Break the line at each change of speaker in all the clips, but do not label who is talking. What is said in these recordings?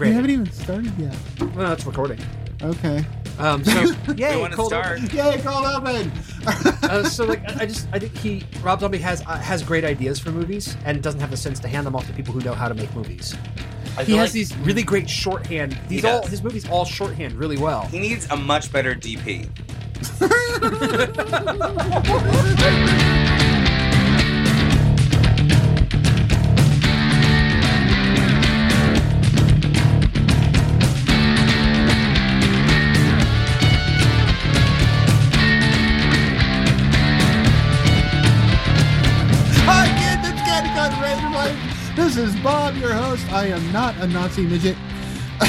We haven't
Brandon.
even started yet.
Well, it's recording.
Okay.
Um, so
You
yay,
want to
cold
start?
Yay, cold open.
Uh, so like, I I just I think he Rob Zombie has uh, has great ideas for movies and doesn't have the sense to hand them off to people who know how to make movies.
I
He
feel
has
like
these really great shorthand. These
He
all
does.
his movies all shorthand really well.
He needs a much better DP.
Hi, kid. It's Candy Cotton Razor Blade. This is Bob, your host. I am not a Nazi midget.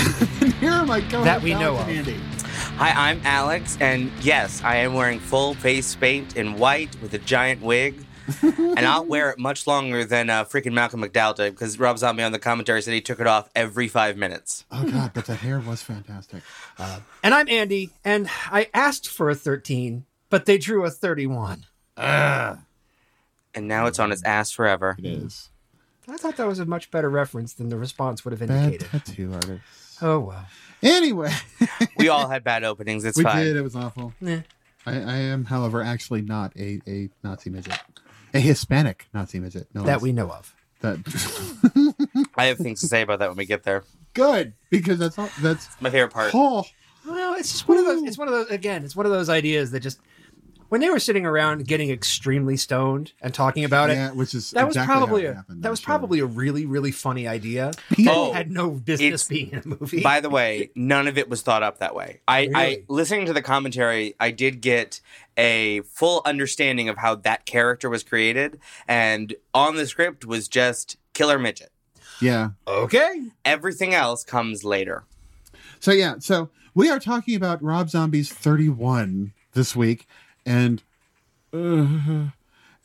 and here are my co-hosts
That we know
Alex and
of.
Andy.
Hi, I'm Alex, and yes, I am wearing full face paint in white with a giant wig. and I'll wear it much longer than uh, freaking Malcolm McDowell did because Rob Zombie on the commentary said he took it off every five minutes.
Oh God, but the hair was fantastic.
And I'm Andy, and I asked for a thirteen, but they drew a thirty-one.
And now it's on his ass forever.
It is.
I thought that was a much better reference than the response would have
Bad
indicated.
tattoo artist.
Oh well.
Anyway,
We all had bad openings. It's
we
fine.
did. It was awful.
Yeah.
I, I am, however, actually not a, a Nazi midget. A Hispanic Nazi midget. No,
That we know of.
That,
I have things to say about that when we get there.
good because that's all, that's
My favorite part.
whole.
Well, it's just one of those. It's one of those. Again, it's one of those ideas that just when they were sitting around getting extremely stoned and talking about it,
Yeah, which is
that was
exactly
probably
how it
a,
happened,
that
I'm
was
sure.
probably a really really funny idea.
Oh,
had no business
it's-
being in a movie.
By the way, none of it was thought up that way. I, I
Really?
listening to the commentary, I did get a full understanding of how that character was created, and on the script was just killer midget.
yeah.
okay,
Everything else comes later.
So yeah, so we are talking about Rob Zombie's 31 this week, and uh,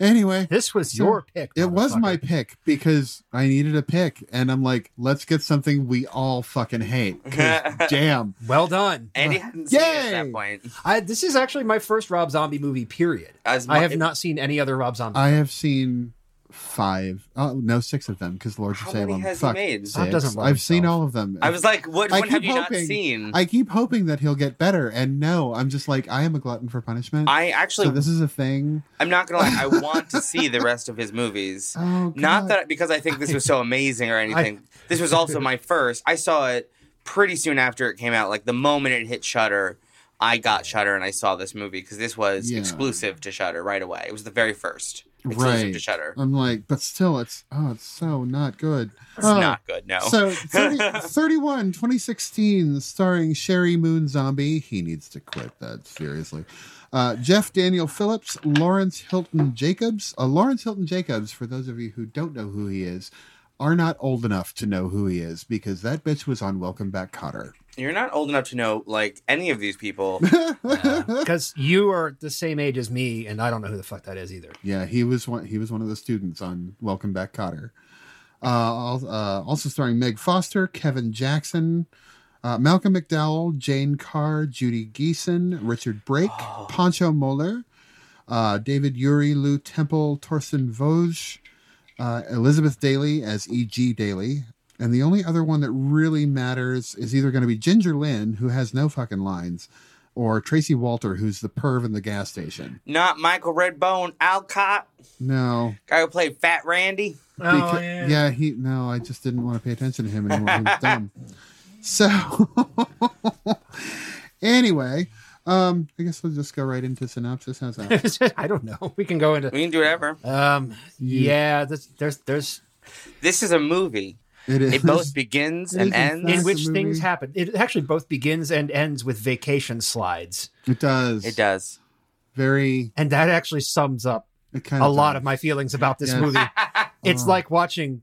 anyway,
this was
So,
your pick.
it was
motherfucker.
my pick because I needed a pick, and I'm like, let's get something we all fucking hate. 'cause Damn.
well done.
Andy hadn't seen it at
Yay!
that point.
I, this is actually my first Rob Zombie movie. Period.
As
I
mu-
have not seen any other Rob Zombie.
I have seen five, oh no, six of them because Lords
How
of
many
Salem.
has he
Fuck,
made?
six.
Bob doesn't love
I've seen
himself.
all of them.
I was like, "What?
I
When have
keep
you not
hoping-
seen?" I,
I keep hoping that he'll get better, and no, I'm just like I am a glutton for punishment.
actually,
so this is a thing.
I'm not gonna lie. I want to see the rest of his movies.
Oh,
Not
God.
that because I think this was so amazing or anything. this was also my first. I saw it pretty soon after it came out. Like the moment it hit Shutter, I got Shutter and I saw this movie because this was
Yeah.
exclusive to Shutter right away. It was the very first exclusive
right.
to Shutter.
I'm like, but still, it's oh, it's so not good.
It's
Oh.
not good. No.
So 30, 31, 2016, starring Sherry Moon Zombie. He needs to quit that, seriously. Uh, Jeff Daniel Phillips, Lawrence Hilton Jacobs. Uh, Lawrence Hilton Jacobs, for those of you who don't know who he is, are not old enough to know who he is because that bitch was on Welcome Back Cotter.
You're not old enough to know like any of these people.
because you are the same age as me, and I don't know who the fuck that is either.
Yeah, he was one. He was one of the students on Welcome Back, Cotter. Uh, al- uh, also starring Meg Foster, Kevin Jackson, uh, Malcolm McDowell, Jane Carr, Judy Geeson, Richard Brake, Pancho Moeller, uh, David Uri, Lou Temple, Torsten Vosge, uh, Elizabeth Daly as E.G. Daly. And the only other one that really matters is either going to be Ginger Lynn, who has no fucking lines, or Tracy Walter, who's the perv in the gas station.
not Michael Redbone, Alcott,
No,
guy who played Fat Randy. Oh,
Oh,
Beca- yeah. he no, I just didn't want to pay attention to him anymore. He was dumb. So anyway, um, I guess we'll just go right into synopsis. How's that?
I don't know. We can go into.
We can do whatever.
Um, yeah, this, there's there's
This is a movie.
It is
It both begins
it
and
is in
ends.
fact-
in
That's
which
the
things
movie.
happen. It actually both begins and ends with vacation slides,
it does.
It does.
Very
and that actually sums up
it kind
a lot of my feelings about this
Yeah.
movie. it's
Oh.
like watching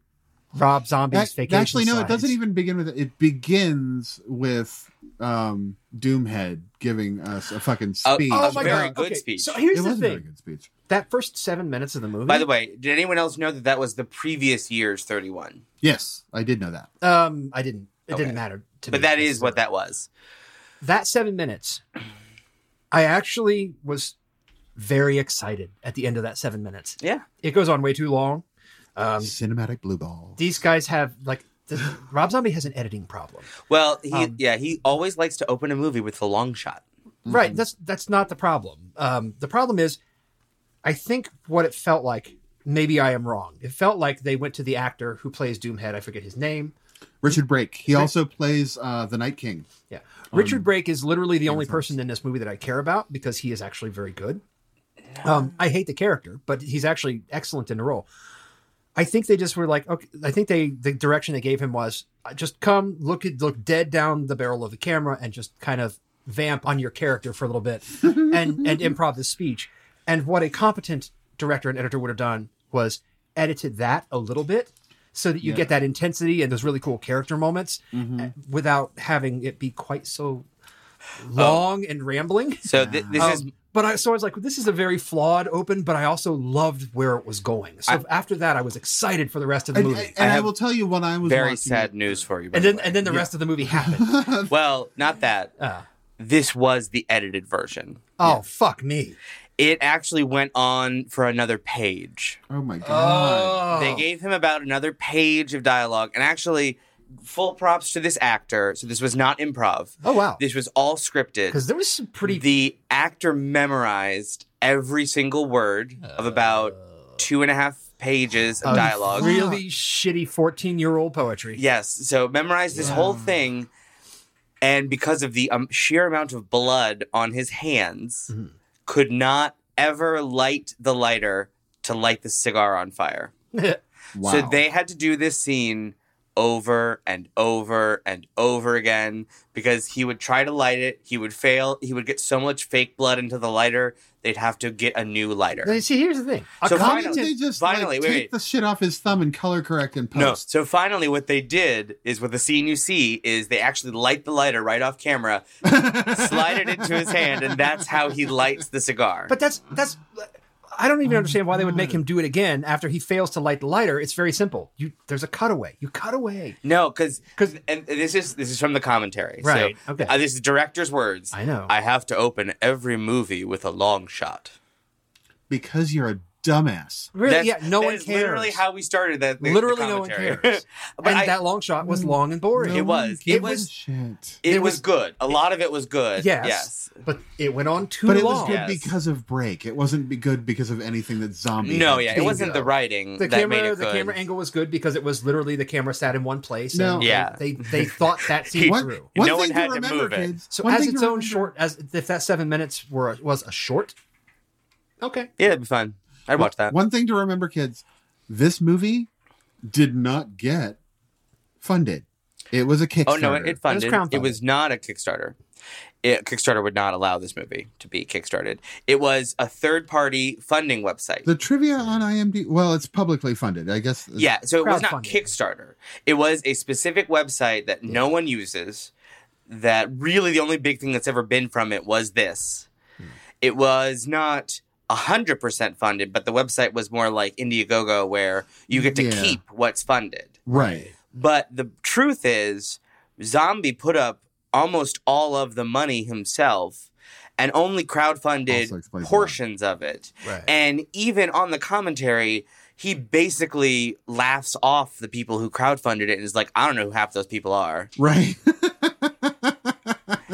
Rob Zombie's
Ac-
vacation.
actually no, it
Slides.
doesn't even begin with it. It begins with um Doomhead giving us a fucking
A-
speech.
Oh
a
my
very
god!
good
okay,
speech.
So
It
here's
was
the
a very
thing:
good speech.
that first seven minutes of the movie.
By the way, did anyone else know that that was the previous year's 31?
Yes, I did know that.
um, I didn't. It
Okay.
didn't matter to me.
But that is what that was.
that seven minutes. I actually was very excited at the end of that seven minutes.
Yeah.
It goes on way too long. Um,
Cinematic blue ball.
these guys have like This- Rob Zombie has an editing problem.
Well, he
Um,
yeah, he always likes to open a movie with the long shot.
Right. That's that's not the problem. Um, the problem is, I think what it felt like. Maybe I am wrong. It felt like they went to the actor who plays Doomhead. I forget his name.
Richard Brake. He also plays uh, the Night King.
Yeah, Richard Brake is literally the only person in this movie that I care about because he is actually very good. Um, I hate the character, but he's actually excellent in the role. I think they just were like, okay. I think they the direction they gave him was uh, just come look at look dead down the barrel of the camera and just kind of vamp on your character for a little bit and and improv the speech. And what a competent director and editor would have done was edited that a little bit so that you
Yeah.
get that intensity and those really cool character moments uh, without having it be quite so long and rambling.
So thi- this is
Um, but I, so I was like, this is a very flawed open, but I also loved where it was going. So after that, I was excited for the rest of the
And,
movie.
and I,
have
will tell you what I was
very
watching-
sad news for you. by
and
the
then,
way.
and then the rest of the movie happened.
well, not that.
Uh,
This was the edited version.
oh fuck me!
It actually went on for another page.
Oh my god.
Oh.
They gave him about another page of dialogue, and actually, full props to this actor. So this was not improv.
oh wow!
This was all scripted.
Because there was some pretty
the actor memorized every single word of about two and a half pages of
um,
dialogue.
really shitty fourteen-year-old poetry.
Yes, so memorized this whole thing, and because of the um, sheer amount of blood on his hands, could not ever light the lighter to light the cigar on fire.
Wow.
So they had to do this scene over and over and over again because he would try to light it, he would fail, he would get so much fake blood into the lighter, they'd have to get a new
Now,
lighter.
See, here's the thing. A
So
How
competent-
did they just
Finally,
like,
wait,
take
wait.
the shit off his thumb and color correct and
No.
post?
So finally what they did is what the scene you see is they actually light the lighter right off camera, slide it into his hand, and that's how he lights the cigar.
But that's that's. I don't even understand why they would make him do it again after he fails to light the lighter. It's very simple. You there's a cutaway. You cut away.
no, because
'Cause-
and this is this is from the commentary.
Right,
So,
okay.
uh, this is director's words.
I know.
I have to open every movie with a long shot.
Because you're a dumbass.
Really?
That's-
yeah. No
that
one
is
cares.
Literally, how we started that. the- the
Literally no one
commentary.
cares.
but
and
I-
that long shot was long and boring.
It was- it
Give
was-
a shit.
it
there
was,
was-
good. A lot of it was good.
Yes,
Yes.
But it went on too
But it was
long.
good
Yes.
because of break. It wasn't be good because of anything that zombie.
No,
had
yeah, it
to
wasn't
do.
the writing
The
that made
camera,
it
the
good.
camera angle was good because it was literally the camera sat in one place.
No.
and
Yeah.
They, they they thought that scene
What-
through.
One
No
thing
one had
to
to
remember,
move it.
kids.
So
one
as
thing
its
to
own
remember-
short, as if that seven minutes were was a short. Okay.
Yeah, that'd be fun. I'd watch that.
One thing to remember, kids. This movie did not get funded. It was a Kickstarter.
Oh no, it, it funded. It was,
crowdfunded.
not a Kickstarter. It, Kickstarter would not allow this movie to be kickstarted. It was a third-party funding website.
the trivia on IMDb. Well, it's publicly funded, I guess.
yeah, so it was not
Crowdfunding.
Kickstarter. It was a specific website that no one uses. That really the only big thing that's ever been from it was this.
Hmm.
It was not hundred percent funded, but the website was more like Indiegogo, where you get to
Yeah.
keep what's funded.
right.
But the truth is, Zombie put up almost all of the money himself and only
Also
crowdfunded
explains
portions of it.
Right.
And even on the commentary, he basically laughs off the people who crowdfunded it and is like, I don't know who half those people are.
Right.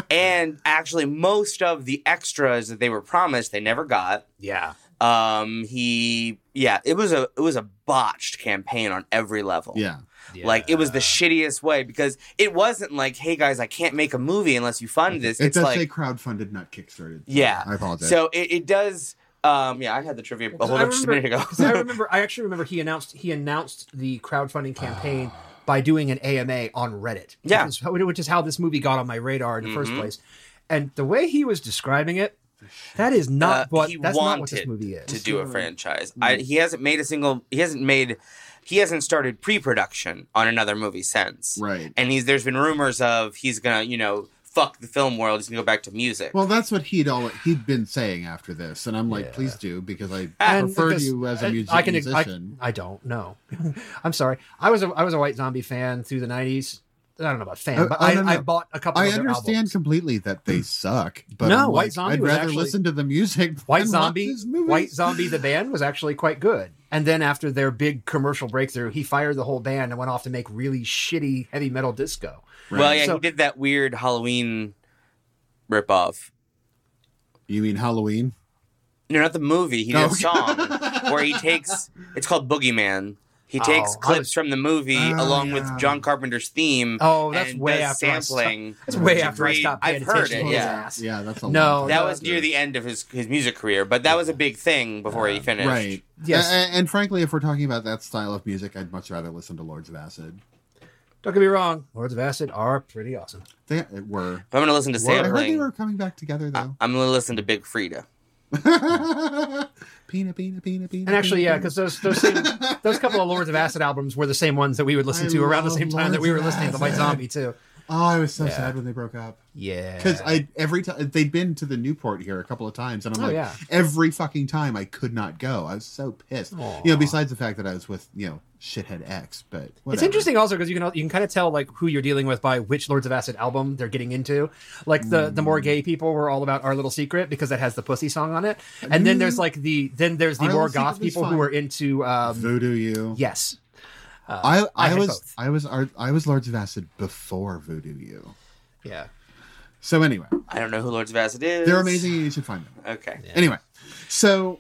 And actually, most of the extras that they were promised, they never got.
yeah.
Um, he, yeah, it was a it was a botched campaign on every level.
yeah.
Like it was the shittiest way because it wasn't like, hey guys, I can't make a movie unless you fund this.
It
It's
does say
like
crowdfunded, not Kickstarted.
Yeah.
I apologize.
so it, it does um yeah, I had the trivia a whole
I
bunch just a minute ago.
'Cause I remember. I actually remember he announced he announced the crowdfunding campaign by doing an AMA on Reddit.
Yeah.
which is, how- which is how this movie got on my radar in the first
Mhm.
place. And the way he was describing it, that is not
Uh,
what
he
that's not what this
wanted
movie is.
to do a franchise. I,
Mm-hmm.
he hasn't made a single he hasn't made he hasn't started pre production on another movie since.
right.
And he's there's been rumors of he's gonna, you know, fuck the film world, he's gonna go back to music.
Well, that's what he'd all he'd been saying after this, and I'm like,
Yeah.
please do because I
And
preferred
because-
you as a music-
I can, I-
musician.
I, don't know. I'm sorry. I was a, I was a White Zombie fan through the '90s. I don't know about fan,
Uh,
but
oh,
I,
no, no.
I bought a couple.
I
of their
understand
albums. Hmm.
completely that they suck, but
No,
I'm
White
like,
Zombie
I'd
was
rather
actually-
listen to the music.
White
than watch
Zombie,
his movies.
White Zombie, the band was actually quite good. And then after their big commercial breakthrough, he fired the whole band and went off to make really shitty heavy metal disco.
Well, yeah,
So-
he did that weird Halloween ripoff.
You mean Halloween?
No, not the movie. He did
Oh,
a
okay.
song where he takes. It's called Boogeyman. He takes
Oh, I
clips
was-
from the movie
Oh,
along with
yeah.
John Carpenter's theme.
Oh, that's
and
way
does
after I stopped-
sampling.
That's way
It's a
after I
great-
stopped paying
I've heard
attention
it,
to his
yeah.
ass.
Yeah, that's a
No,
long time
That
ago.
was near the end of his his music career, but that was a big thing before he finished.
right.
Yes.
A- a- and frankly, if we're talking about that style of music, I'd much rather listen to Lords of Acid.
Don't get me wrong, Lords of Acid are pretty awesome.
They were.
If I'm gonna listen to
were I heard they
sampling,
were coming back together
I-
Uh,
though.
I'm gonna listen to Big Frida.
Pina, pina, pina,
And
pina.
actually, yeah, because those those same, those couple of Lords of Acid albums were the same ones that we would listen
I
to around the
love
same time that we were
Lords of
listening to White
Acid.
Zombie too.
oh, I was so
Yeah.
sad when they broke up.
Yeah.
Because I every time they'd been to the Newport here a couple of times, and I'm
Oh,
like,
yeah.
every fucking time I could not go. I was so pissed.
Aw.
You know, besides the fact that I was with you know shithead X, but
It's
whatever.
interesting also because you can you can kind of tell like who you're dealing with by which Lords of Acid album they're getting into. Like the the more gay people were all about Our Little Secret because that has the pussy song on it, and then there's like the then there's the
Mm. Our
more
Little
goth
Secret is
people who
fine.
are into um,
Voodoo you.
yes.
I, I,
I had
was
both.
I was Ar- I was Lords of Acid before Voodoo you.
Yeah.
So anyway,
I don't know who Lords of Acid is.
they're amazing, and you should find them.
Okay.
Anyway, so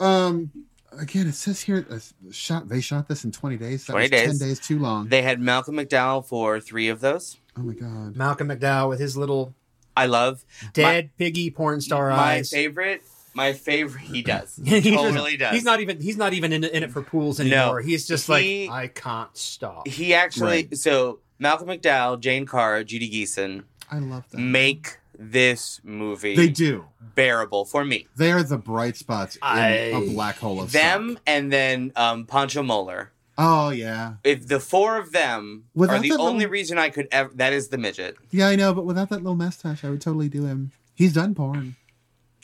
um, again, it says here uh, shot they shot this in 20 days. That
20
was
days.
10 days too long.
They had Malcolm McDowell for three of those.
oh my god.
Malcolm McDowell with his little
I love
dead piggy porn star
my
eyes.
favorite. My favorite. He does.
He just-
totally does.
He's not even he's not even in, in it for pools
No.
anymore. He's just
He-
like I can't stop.
He actually.
Right.
So Malcolm McDowell, Jane Carr, Judy Geeson
I love that.
make this movie
They do.
bearable for me.
They are the bright spots in
I-
a black hole of
Them
suck.
and then um, Pancho Moeller.
Oh yeah,
If the four of them
Without
are the
that little-
only reason I could ever, that is the midget.
yeah I know. But without that little mustache, I would totally do him. He's done porn.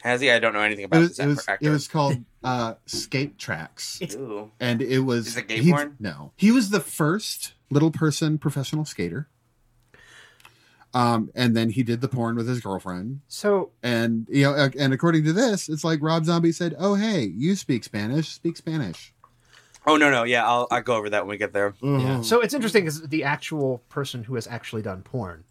Has he? I don't know anything
It
about
was
this
it was,
actor.
it was called uh, Skate Tracks,
Ooh.
and it was
Is it gay
he-
porn?
No, he was the first little person professional skater. Um, and then he did the porn with his girlfriend,
So
and you know, ac- and according to this, it's like Rob Zombie said, "Oh hey, you speak Spanish, speak Spanish."
Oh no no yeah I'll I'll go over that when we get there.
Uh-huh.
So it's interesting because the actual person who has actually done porn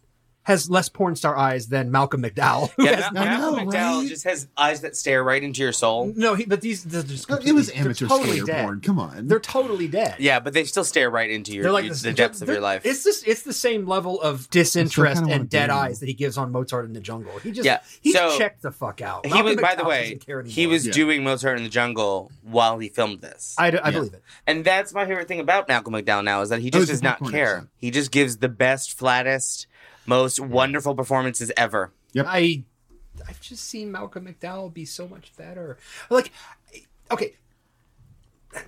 has less porn star eyes than Malcolm McDowell. who
Yeah,
has-
Ma-
I
Malcolm
know,
McDowell
right?
just has eyes that stare right into your soul.
no, he, but these they're just
No, Uh, it
completely-
was
they're
amateur
totally
skater
dead.
porn. Come on,
They're totally dead.
Yeah, but they still stare right into your
They're like
you-
this-
the depths of
they're-
your life.
It's just it's the same level of disinterest
wanna
and dead
do it.
eyes that he gives on Mozart in the Jungle. He just
Yeah,
he's
so-
checked the fuck out.
He was,
Malcolm
by the
McDowell
way,
doesn't care
he
anymore.
was
Yeah.
doing Mozart in the Jungle while he filmed this,
I, d- I
Yeah.
believe it.
and that's my favorite thing about Malcolm McDowell now is that he
Oh,
just
it's
does
the
not
popcorn
care.
episode.
He just gives the best, flattest, most wonderful performances ever.
I I've just seen Malcolm McDowell be so much better. Like okay,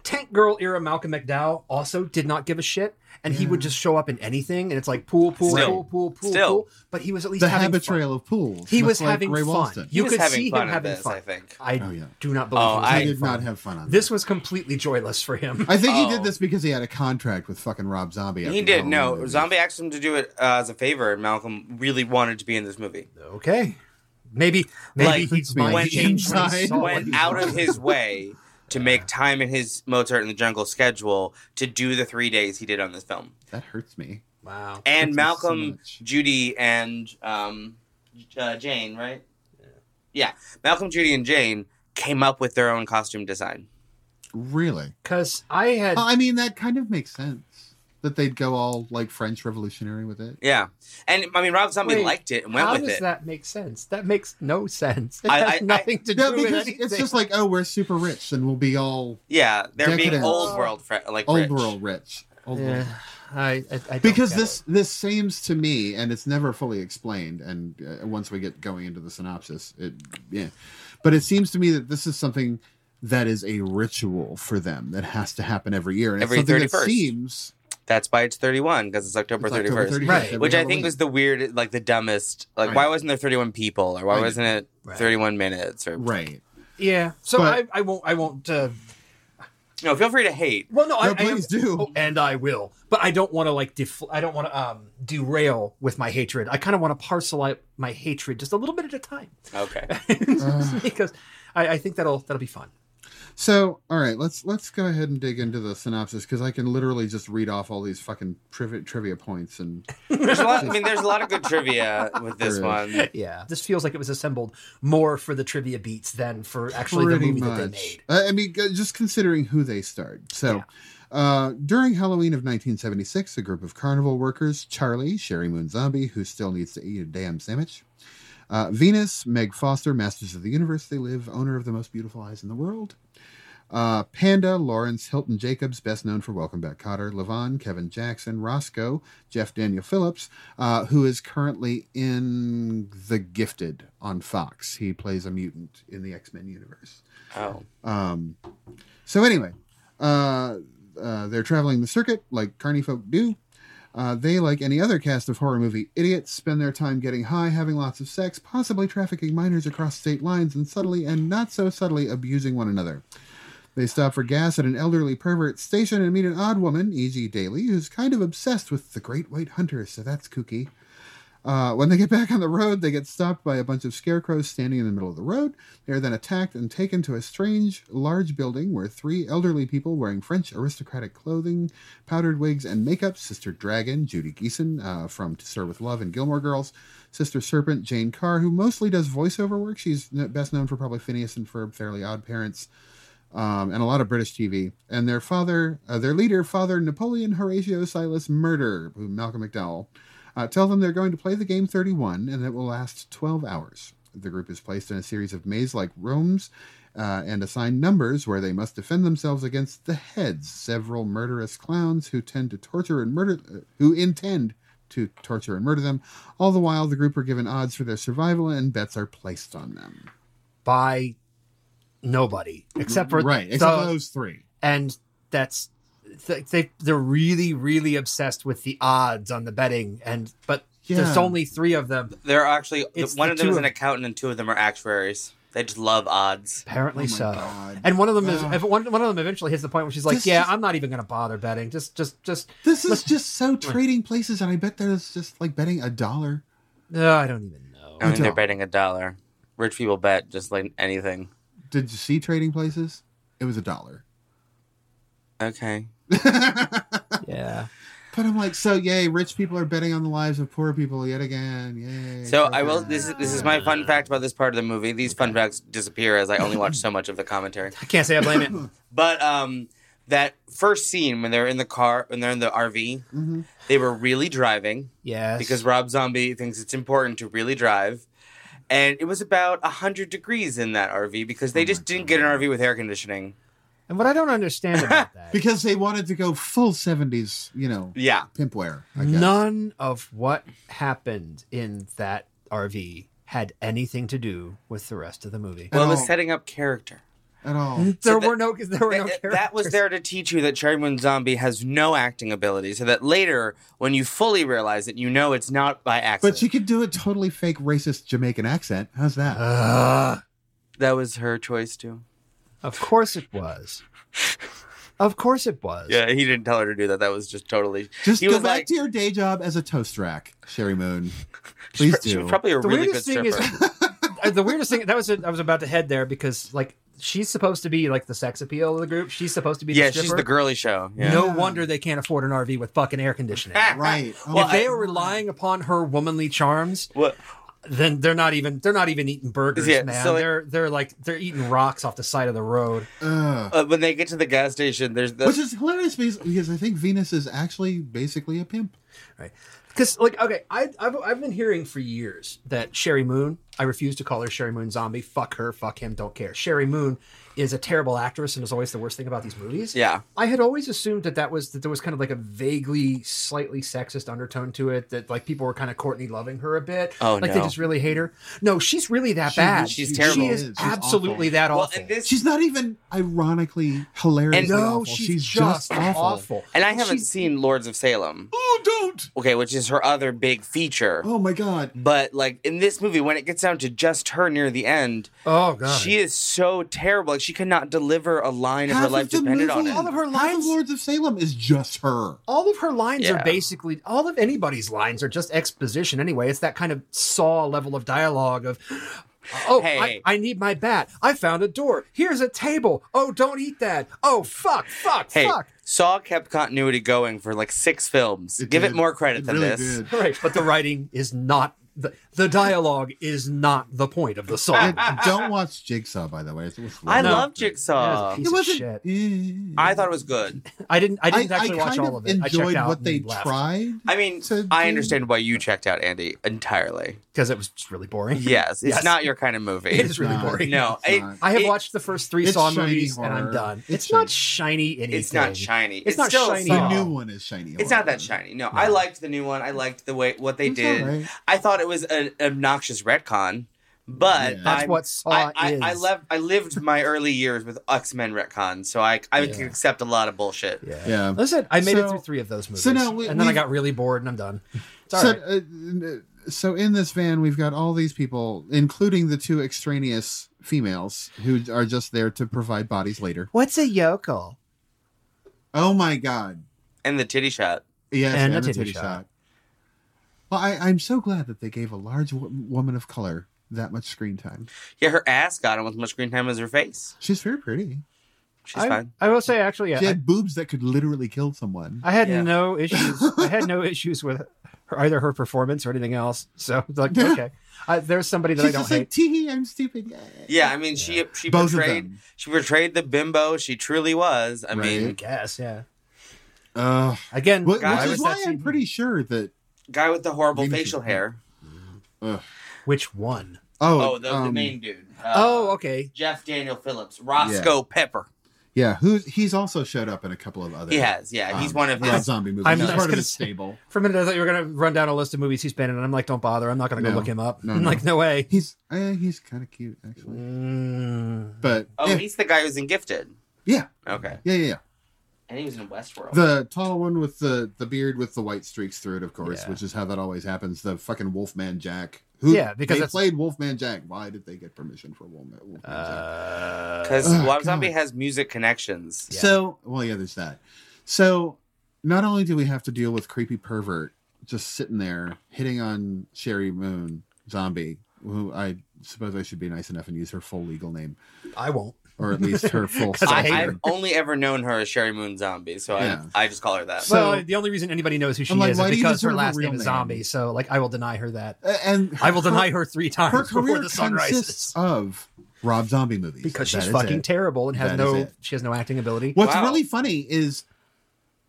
Tank Girl era Malcolm McDowell also did not give a shit and he would just show up in anything and it's like pool pool
Still.
pool pool pool
Still.
pool but he was at least
the
having
habit
fun.
trail of pools.
He
much
was
like
having
Ray
fun.
Walston.
You
was
could
having
see
fun
him
in
having
this,
fun.
I think.
I
Oh, yeah.
do not believe
Oh,
he was
I-
I
having
did
fun.
not have fun on this.
This was completely joyless for him.
I think
Oh.
he did this because he had a contract with fucking Rob Zombie. after
He
the
did. No,
Halloween movies.
Zombie asked him to do it uh, as a favor, and Malcolm really wanted to be in this movie.
okay. Maybe maybe
Like,
he's
when
mind
Oh, he
changed when he
inside-
saw what
went
he
out
was.
of his way to make time in his Mozart in the Jungle schedule to do the three days he did on this film.
That hurts me.
Wow.
And
That's
Malcolm,
so much.
Judy, and um, uh, Jane, right? Yeah. Malcolm, Judy, and Jane came up with their own costume design.
Really?
Cuz I had
I mean, that kind of makes sense that they'd go all like French Revolutionary with it.
Yeah, and I mean Rob Zombie
Wait,
liked it and went
How
with
does
it.
that make sense? That makes no sense. It
I-
has
I- I-
nothing to do
No,
with
because
anything.
it's just like, oh, we're super rich and we'll be all
yeah, they're being
Decadence.
old world, fr- like
old
rich.
world rich. Old world
yeah, I, I, I don't
because
get
this this seems to me and it's never fully explained and uh, once we get going into the synopsis it yeah but it seems to me that this is something that is a ritual for them that has to happen every year and
Every
it's something
31st.
that seems
That's why it's thirty-one because it's October
it's October
thirty-first.
31st,
Right.
every
which I think
Halloween.
was the weird, like the dumbest. Like,
Right.
why wasn't there 31 people, or why
Right.
wasn't it
Right.
31 minutes? Or
right
it. yeah. So
But-
I, I won't, I won't. Uh,
no, feel free to hate.
well, no, I,
No,
I am-
please do.
oh, and I will. But I don't want to like, def- I don't want to um, derail with my hatred. I kind of want to parcel out my hatred just a little bit at a time
Okay,
Mm.
because I, I think that'll that'll be fun.
So, all right, let's let's go ahead and dig into the synopsis because I can literally just read off all these fucking trivia trivia points and
There's a lot, I mean, there's a lot of good trivia with this
There
one.
Yeah, this feels like it was assembled more for the trivia beats than for actually the
pretty
movie that they
much.
made.
I I mean, g- just considering who they starred. So,
Yeah.
uh, during Halloween of 1976, a group of carnival workers, Charlie, Sherry Moon Zombie, who still needs to eat a damn sandwich, uh, Venus, Meg Foster, Masters of the Universe, they live, owner of the most beautiful eyes in the world. Uh, Panda, Lawrence Hilton Jacobs, best known for Welcome Back Cotter, Levon, Kevin Jackson, Roscoe, Jeff Daniel Phillips, uh, who is currently in The Gifted on Fox. He plays a mutant in the X Men universe.
Oh,
Um, so anyway, uh, uh, they're traveling the circuit like carny folk do. Uh, they, like any other cast of horror movie idiots, spend their time getting high, having lots of sex, possibly trafficking minors across state lines, and subtly and not so subtly abusing one another. They stop for gas at an elderly pervert station and meet an odd woman, E.G. Daly, who's kind of obsessed with the Great White Hunter, so that's kooky. Uh, when they get back on the road, they get stopped by a bunch of scarecrows standing in the middle of the road. They are then attacked and taken to a strange, large building where three elderly people wearing French aristocratic clothing, powdered wigs, and makeup Sister Dragon, Judy Geeson uh, from To Sir with Love and Gilmore Girls, Sister Serpent, Jane Carr, who mostly does voiceover work. She's kn- best known for probably Phineas and Ferb, Fairly Odd Parents, um, and a lot of British TV. And their father, uh, their leader, Father Napoleon Horatio Silas Murder, who Malcolm McDowell, uh, tell them they're going to play the game 31, and it will last 12 hours. The group is placed in a series of maze-like rooms uh, and assigned numbers where they must defend themselves against the heads, several murderous clowns who tend to torture and murder, uh, who intend to torture and murder them. All the while, the group are given odds for their survival, and bets are placed on them.
By nobody except for
right,
the-
except for those three.
and that's th- they they're really really obsessed with the odds on the betting and but there's
Yeah.
only three of them
they're actually
It's
one
the
of them
two
is
of-
an accountant and two of them are actuaries. They just love odds.
apparently
Oh my
so
God.
and one of them is
Ugh.
if one, one of them eventually hits the point where she's like
This
yeah
is-
i'm not even gonna bother betting just just just
This is just so trading places, and I bet there's just like betting a dollar.
no uh, i don't even know
I mean,
Good
they're
job.
betting a dollar. Rich people bet just like anything.
Did you see trading places? It was a dollar.
Okay.
yeah
But I'm like, so yay, rich people are betting on the lives of poor people yet again. Yay.
So
fuck
I will.
yeah.
This is this is my fun fact about this part of the movie. These fun facts disappear as I only watch so much of the commentary.
i can't say i blame it
But um, that first scene when they're in the car, when they're in the RV,
Mhm.
they were really driving
yes
because Rob Zombie thinks it's important to really drive. And it was about 100 degrees in that RV because
Oh
they just didn't get an RV with air conditioning.
and what i don't understand about that
Because they wanted to go full 70s, you know,
Yeah.
pimpware. I guess.
none of what happened in that rv had anything to do with the rest of the movie
At
Well, it was
all.
setting up character.
At all.
there
So
were no there were no
Th-
characters.
that was there to teach you that Cherry Moon Zombie has no acting ability, so that later, when you fully realize it, you know it's not by accident.
But she could do a totally fake racist Jamaican accent. How's that?
Uh, Ugh.
that was her choice too.
Of course it was. Of course it was.
Yeah, he didn't tell her to do that. That was just totally.
Just
he
go
was
back
like-
to your day job as a toast rack, Sherry Moon. Please
She
do.
was probably a
The
really good
weirdest
stripper.
thing is the weirdest thing that was I was about to head there because like she's supposed to be like the sex appeal of the group. She's supposed to be
yeah,
the stripper.
she's the girly show. Yeah.
No
Yeah.
wonder they can't afford an RV with fucking air conditioning.
right. Oh,
Well,
if they are relying upon her womanly charms,
What?
then they're not even they're not even eating burgers,
Yeah,
man.
so, like-
they're they're like they're eating rocks off the side of the road.
ugh.
Uh, when they get to the gas station, there's the,
Which is hilarious because, because I think Venus is actually basically a pimp.
Right. Because, like, okay, I, I've, I've been hearing for years that Sherry Moon, I refuse to call her Sherry Moon Zombie. Fuck her, fuck him, don't care. Sherry Moon is a terrible actress and is always the worst thing about these movies.
yeah.
I had always assumed that that was, that there was kind of like a vaguely, slightly sexist undertone to it, that like people were kind of Courtney loving her a bit.
Oh,
Like they
no.
just really hate her. No, she's really that
She-
bad.
she's
She
terrible.
is
She's
absolutely
awful.
that
Well,
awful.
and this
She's not even ironically hilariously
And-
no,
awful.
she's, just, awful.
and I haven't
She's-
seen Lords of Salem.
Oh, don't!
Okay, which is her other big feature.
Oh my god.
But like in this movie, when it gets down to just her near the end,
Oh, God.
She is so terrible. Like she could not deliver a line of her
Half
life
of the
depended on
movie-
it.
All of her
half
lines-
Lords of Salem is just her.
all of her lines
Yeah.
are basically all of anybody's lines are just exposition anyway. It's that kind of saw level of dialogue of Oh,
Hey.
I, I need my bat. I found a door. Here's a table. Oh, don't eat that. Oh, fuck, fuck,
Hey,
fuck.
Saw kept continuity going for like six films.
It
Give
did.
it more credit
It
than
really
this.
did.
Right, but the writing is not the, the dialogue is not the point of the song.
And don't watch Jigsaw, by the way. It was
I
No.
love
Yeah,
Jigsaw.
it's a piece
It
of
wasn't. Eh.
shit.
I thought it was good.
I didn't. I didn't
I, I
actually watch
kind
all
of
of it. I
enjoyed
checked out
what they tried.
I mean,
So
I
do-
understand why you checked out Andy entirely.
because it was just really boring.
Yes, it's
Yes.
not your kind of movie.
It is really
Nah.
boring.
No,
It's
it-
not.
I have
it-
watched the first three
it's
Saw
shiny
movies and
horror.
I'm done.
It's
It's, not shiny anything.
It's not shiny.
It's not
still
shiny.
The
Saw.
new one is shiny.
It's
horror.
not that shiny. No, I liked the new one. I liked the way what they
It's
did.
alright.
I thought it was an obnoxious retcon, but
Yeah.
That's
I'm-
what Saw
I, I,
is.
I left. I lived my early years with X Men retcons, so I I
Yeah.
can accept a lot of bullshit.
Yeah.
Yeah.
Listen, I made
So-
it through three of those movies,
now we-
and then I
we-
got really bored, and I'm done. It's all
So,
right.
uh, so in this van, we've got all these people, including the two extraneous females who are just there to provide bodies later.
What's a yokel?
Oh my god!
And the titty shot.
Yes,
And
and,
a
the
titty
titty
shot.
shot. Well, I, I'm so glad that they gave a large w- woman of color that much screen time.
Yeah, her ass got almost as much screen time as her face.
She's very pretty.
She's
I,
fine.
I will say, actually, yeah,
she
I,
had boobs that could literally kill someone.
I had
Yeah.
no issues. I had no issues with her, either her performance or anything else. So, like,
Yeah.
okay, I, there's somebody that
She's
I don't
just
hate.
like, teehee, I'm stupid. Yeah.
Yeah, I mean, she she
Both of
portrayed
them.
she portrayed the bimbo she truly was. I
I
mean,
guess, yeah.
Ugh.
Again,
Wh- which
God, I
is
was
why
that
I'm
scene-
pretty sure that.
guy with the horrible
Unity.
facial hair.
Ugh.
which one?
Oh,
Oh, the, the
um,
main dude. Uh,
Oh, okay.
Jeff Daniel Phillips, Roscoe Pepper.
Yeah, who's he's also showed up in a couple of other.
He has, yeah, he's
um,
one of
yeah,
his.
zombie movies.
I'm
he's
just
part of
gonna
his
say-
stable.
For a minute, I thought you were going to run down a list of movies he's been in, and I'm like, don't bother. I'm not going to
No.
go look him up.
No,
I'm
no.
like, no way.
He's eh, he's kind of cute actually,
Mm.
but
Oh,
eh,
he's the guy who's in Gifted.
yeah,
Okay,
yeah, yeah, yeah.
and he was in Westworld.
The tall one with the the beard with the white streaks through it, of course,
Yeah.
which is how that always happens. The fucking Wolfman Jack. Who,
Yeah, because
they
that's-
played Wolfman Jack. Why did they get permission for Wolfman, Wolfman Jack?
uh,
Because
Oh,
Rob
God.
Zombie has music connections.
Yeah.
So, well, yeah, there's that. So, not only do we have to deal with creepy pervert just sitting there hitting on Sherry Moon Zombie, who I suppose I should be nice enough and use her full legal name,
I won't.
or at least her full.
'Cause
I,
hate
have
her.
only ever known her as Sherry Moon Zombie, so
Yeah.
I, I just call her that.
So-
well, the only reason anybody knows who she
I'm like,
is
why
is
do you
because her
deserve a
last
real
name is
name?
Zombie. So, like, I will deny her that.
and
I will
her-
deny her three times
Her
before
career
the sun
consists
rises
of Rob Zombie movies
because
That
she's
is
fucking
it.
terrible and has
That is
no
it.
she has no acting ability.
What's
Wow.
really funny is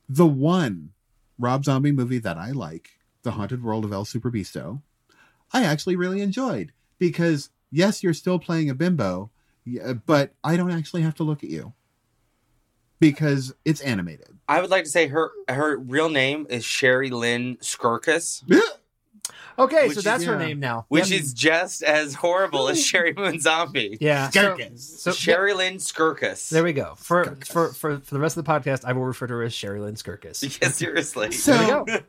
the one Rob Zombie movie that I like, The Haunted World of El Superbisto, I actually really enjoyed because yes, you're still playing a bimbo, yeah, but I don't actually have to look at you because it's animated.
I would like to say her her real name is Sherry Lynn Skirkus,
Okay,
Which
so
is-
that's her
yeah.
name now.
which is just as horrible as Sherry Moon Zombie.
yeah. So, so
Sherry Lynn Skirkus.
there we go. For,
Skirkus.
for for for the rest of the podcast, I will refer to her as Sherry Lynn Skirkus.
yeah, seriously.
So-
There we go.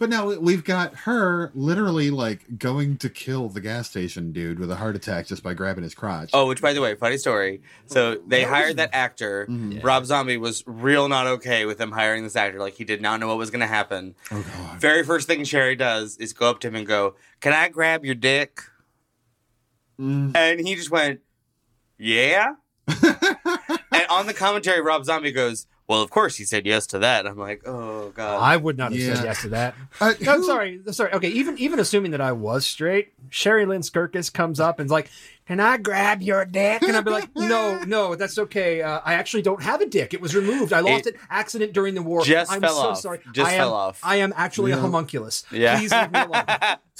But now we've got her literally like going to kill the gas station dude with a heart attack just by grabbing his crotch.
Oh, which by the way, funny story.
Oh,
So they hired that actor.
Mhm.
Yeah.
Rob Zombie was real not okay with them hiring this actor. Like he did not know what was going to happen.
oh god.
Very first thing Sherry does is go up to him and go, "Can I grab your dick?"
Mm.
And he just went, "Yeah." and on the commentary, Rob Zombie goes, "Well, of course he said yes to that." I'm like, "Oh god."
I would not have
Yeah.
said yes to that.
Uh,
No, I'm
who-
sorry. I'm Sorry. Okay, even even assuming that I was straight, Sherry Lynn Skirkus comes up and's like, "Can I grab your dick?" And I'd be like, "No, no, that's okay. Uh, I actually don't have a dick. It was removed. I lost it, accident during the war.
just
I'm
fell
so
off.
sorry.
Just
I am,
fell off."
I am actually
Yeah.
a homunculus.
yeah.
Please leave me alone.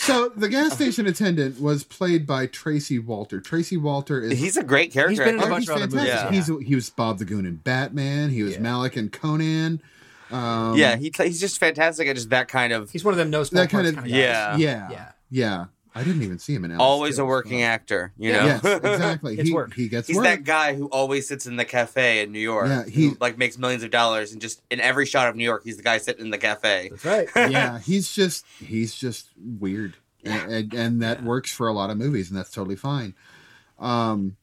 So the gas station attendant was played by Tracy Walter. Tracy Walter is
He's a great character.
He's been in a
oh,
actor.
bunch
he's
of other
fantastic.
movies,
He's he was Bob the Goon in Batman. He was
Yeah.
Malik in Conan. Um,
yeah, he pla- he's just fantastic at just that kind of
He's one of them no small
That kind
parts
of-
kind of guys.
yeah,
yeah, yeah,
Yeah.
I didn't even see him in Alice
always a
Tales,
working
but-
actor. You know,
Yeah.
Yes, exactly.
It's
he,
work.
he gets
He's
work.
that guy who always sits in the cafe in New York.
Yeah,
he
he-
like makes millions of dollars and just in every shot of New York, he's the guy sitting in the cafe.
That's right.
yeah, he's just he's just weird, and, and, and that works for a lot of movies, and that's totally fine. Um,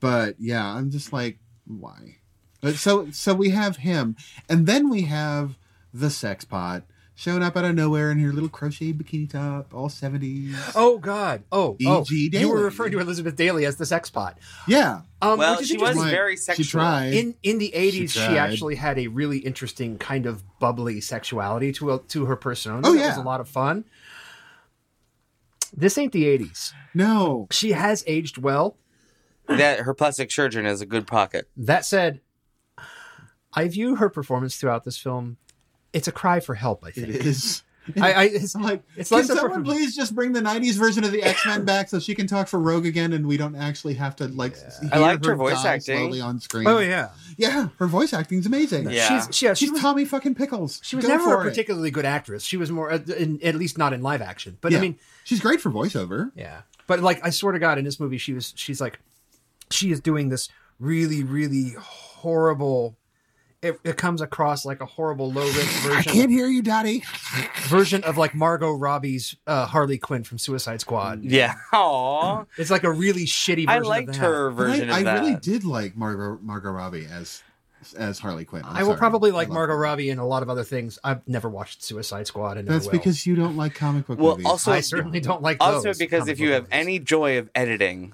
but yeah, I'm just like, why? But so so we have him, and then we have the sex pot showing up out of nowhere in her little crochet bikini top, all 70s.
Oh God! Oh, oh,
E.G.
you were
Daily.
referring to Elizabeth Daly as the sex pot.
Yeah.
Um,
Well,
which is
she was
interesting.
Right.
very
She
sexual.
tried.
in in the eighties. She,
tried.
actually had a really interesting kind of bubbly sexuality to uh, to her persona.
Oh,
That
yeah.
was a lot of fun. This ain't the eighties.
no.
She has aged well.
That her plastic surgeon has a good pocket.
That said, I view her performance throughout this film. It's a cry for help. I
It
think.
is.
I, I it's,
I'm like,
it's
can
less of
someone
a-
please just bring the '90s version of the X-Men back so she can talk for Rogue again, and we don't actually have to like. hear
I liked her
die
voice acting.
slowly on screen.
oh yeah.
yeah, her voice acting's amazing.
Yeah.
She's yeah.
she's
she was-
Tommy fucking Pickles.
She was
Go
never a
for it.
particularly good actress. She was more, uh, in, at least not in live action. But
Yeah.
I mean,
She's great for voiceover.
yeah. But like, I swear to God, in this movie, she was, she's like, she is doing this really, really horrible. It, it comes across like a horrible low risk
I
version
can't hear you, Daddy.
version of like Margot Robbie's uh, Harley Quinn from Suicide
Mm.
Squad.
Yeah. Aww.
It's like a really shitty version.
I
of
liked
that.
her version
I,
of
I
that.
really did like Margot Margot Robbie as as Harley Quinn. I'm
i will
sorry.
probably
I
like
love
Margot
her.
Robbie and a lot of other things. I've never watched Suicide Squad, and never
That's
will.
because you don't like comic book
Well,
movies.
also-
I certainly don't like.
also,
those
because
comic
if you
book
have
movies.
any joy of editing,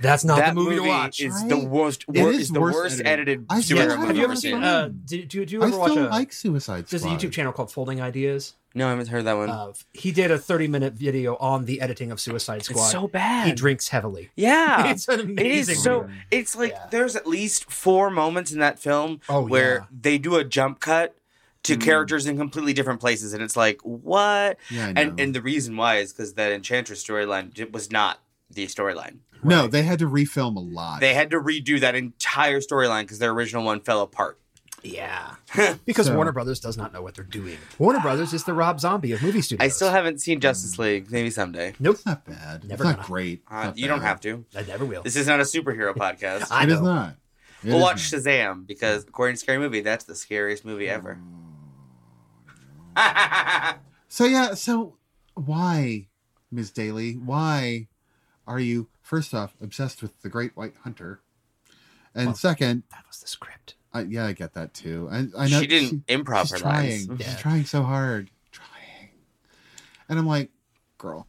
that's not
that
the movie, to watch.
is
Right?
the worst.
It
Wor-
is
is, the
worse
worst,
edited.
edited.
I
superhero
still-
movie
have you ever
I've
seen?
never
Uh, do, do, do you
I
ever watch
still
a?
like Suicide Squad.
there's a YouTube channel called Folding Ideas.
No, I haven't heard that one.
Uh, he did a 30 minute video on the editing of Suicide Squad.
it's so
he
bad.
drinks heavily.
yeah,
It's an
it
amazing.
is so.
movie.
It's like
Yeah.
there's at least four moments in that film
Oh,
where
yeah.
they do a jump cut to
Mm.
characters in completely different places, and it's like what?
Yeah, I know.
And and the reason why is because that Enchantress storyline d- was not the storyline.
no, they had to refilm a lot.
They had to redo that entire storyline because their original one fell apart.
yeah, because
So-
Warner Brothers does not know what they're doing. Warner Brothers is the Rob Zombie of movie studios.
I still haven't seen Justice League. Maybe someday.
Nope,
It's not bad.
Never
it's not
gonna-
great.
Uh, you don't have to.
I never will.
This is not a superhero podcast.
I
It
know.
is not. It
we'll
is
watch
not.
Shazam because according to Scary Movie, that's the scariest movie ever.
Mm. So yeah, so why, Ms. Daly, why are you first off obsessed with the Great White Hunter, and
Well-
second,
that was the script.
I, yeah, I get that too. I, I know
she didn't improv
she's
her
trying.
lines.
Yeah.
She's trying so hard, trying, and I'm like, girl,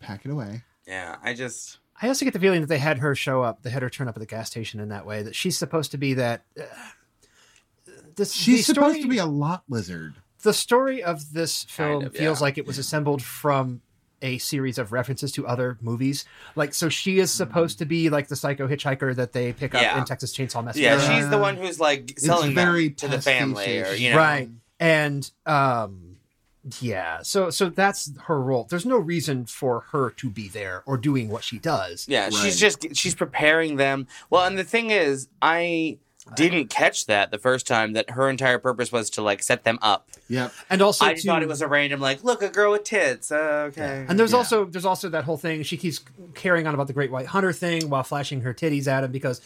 pack it away.
Yeah, I just
I also get the feeling that they had her show up, they had her turn up at the gas station in that way. That she's supposed to be that. Uh, this
She's
the
supposed
story-
to be a lot lizard.
the story of this film
Kind of,
feels
yeah.
like it was assembled from a series of references to other movies. Like, so she is supposed to be like the psycho hitchhiker that they pick up
Mm-hmm. Yeah.
in Texas Chainsaw Massacre.
yeah,
Yeah.
she's the one who's like selling
very
them to the family or
pastiche-ish.
you know.
right. And um, yeah, so so that's her role. There's no reason for her to be there or doing what she does.
Yeah,
Right.
she's just she's preparing them. Well, and the thing is, I didn't catch that the first time that her entire purpose was to like set them up.
Yep.
And also,
I
to,
just thought it was a random like, look, a girl with tits. Uh, okay.
And there's
Yeah.
also there's also that whole thing. She keeps carrying on about the Great White Hunter thing while flashing her titties at him because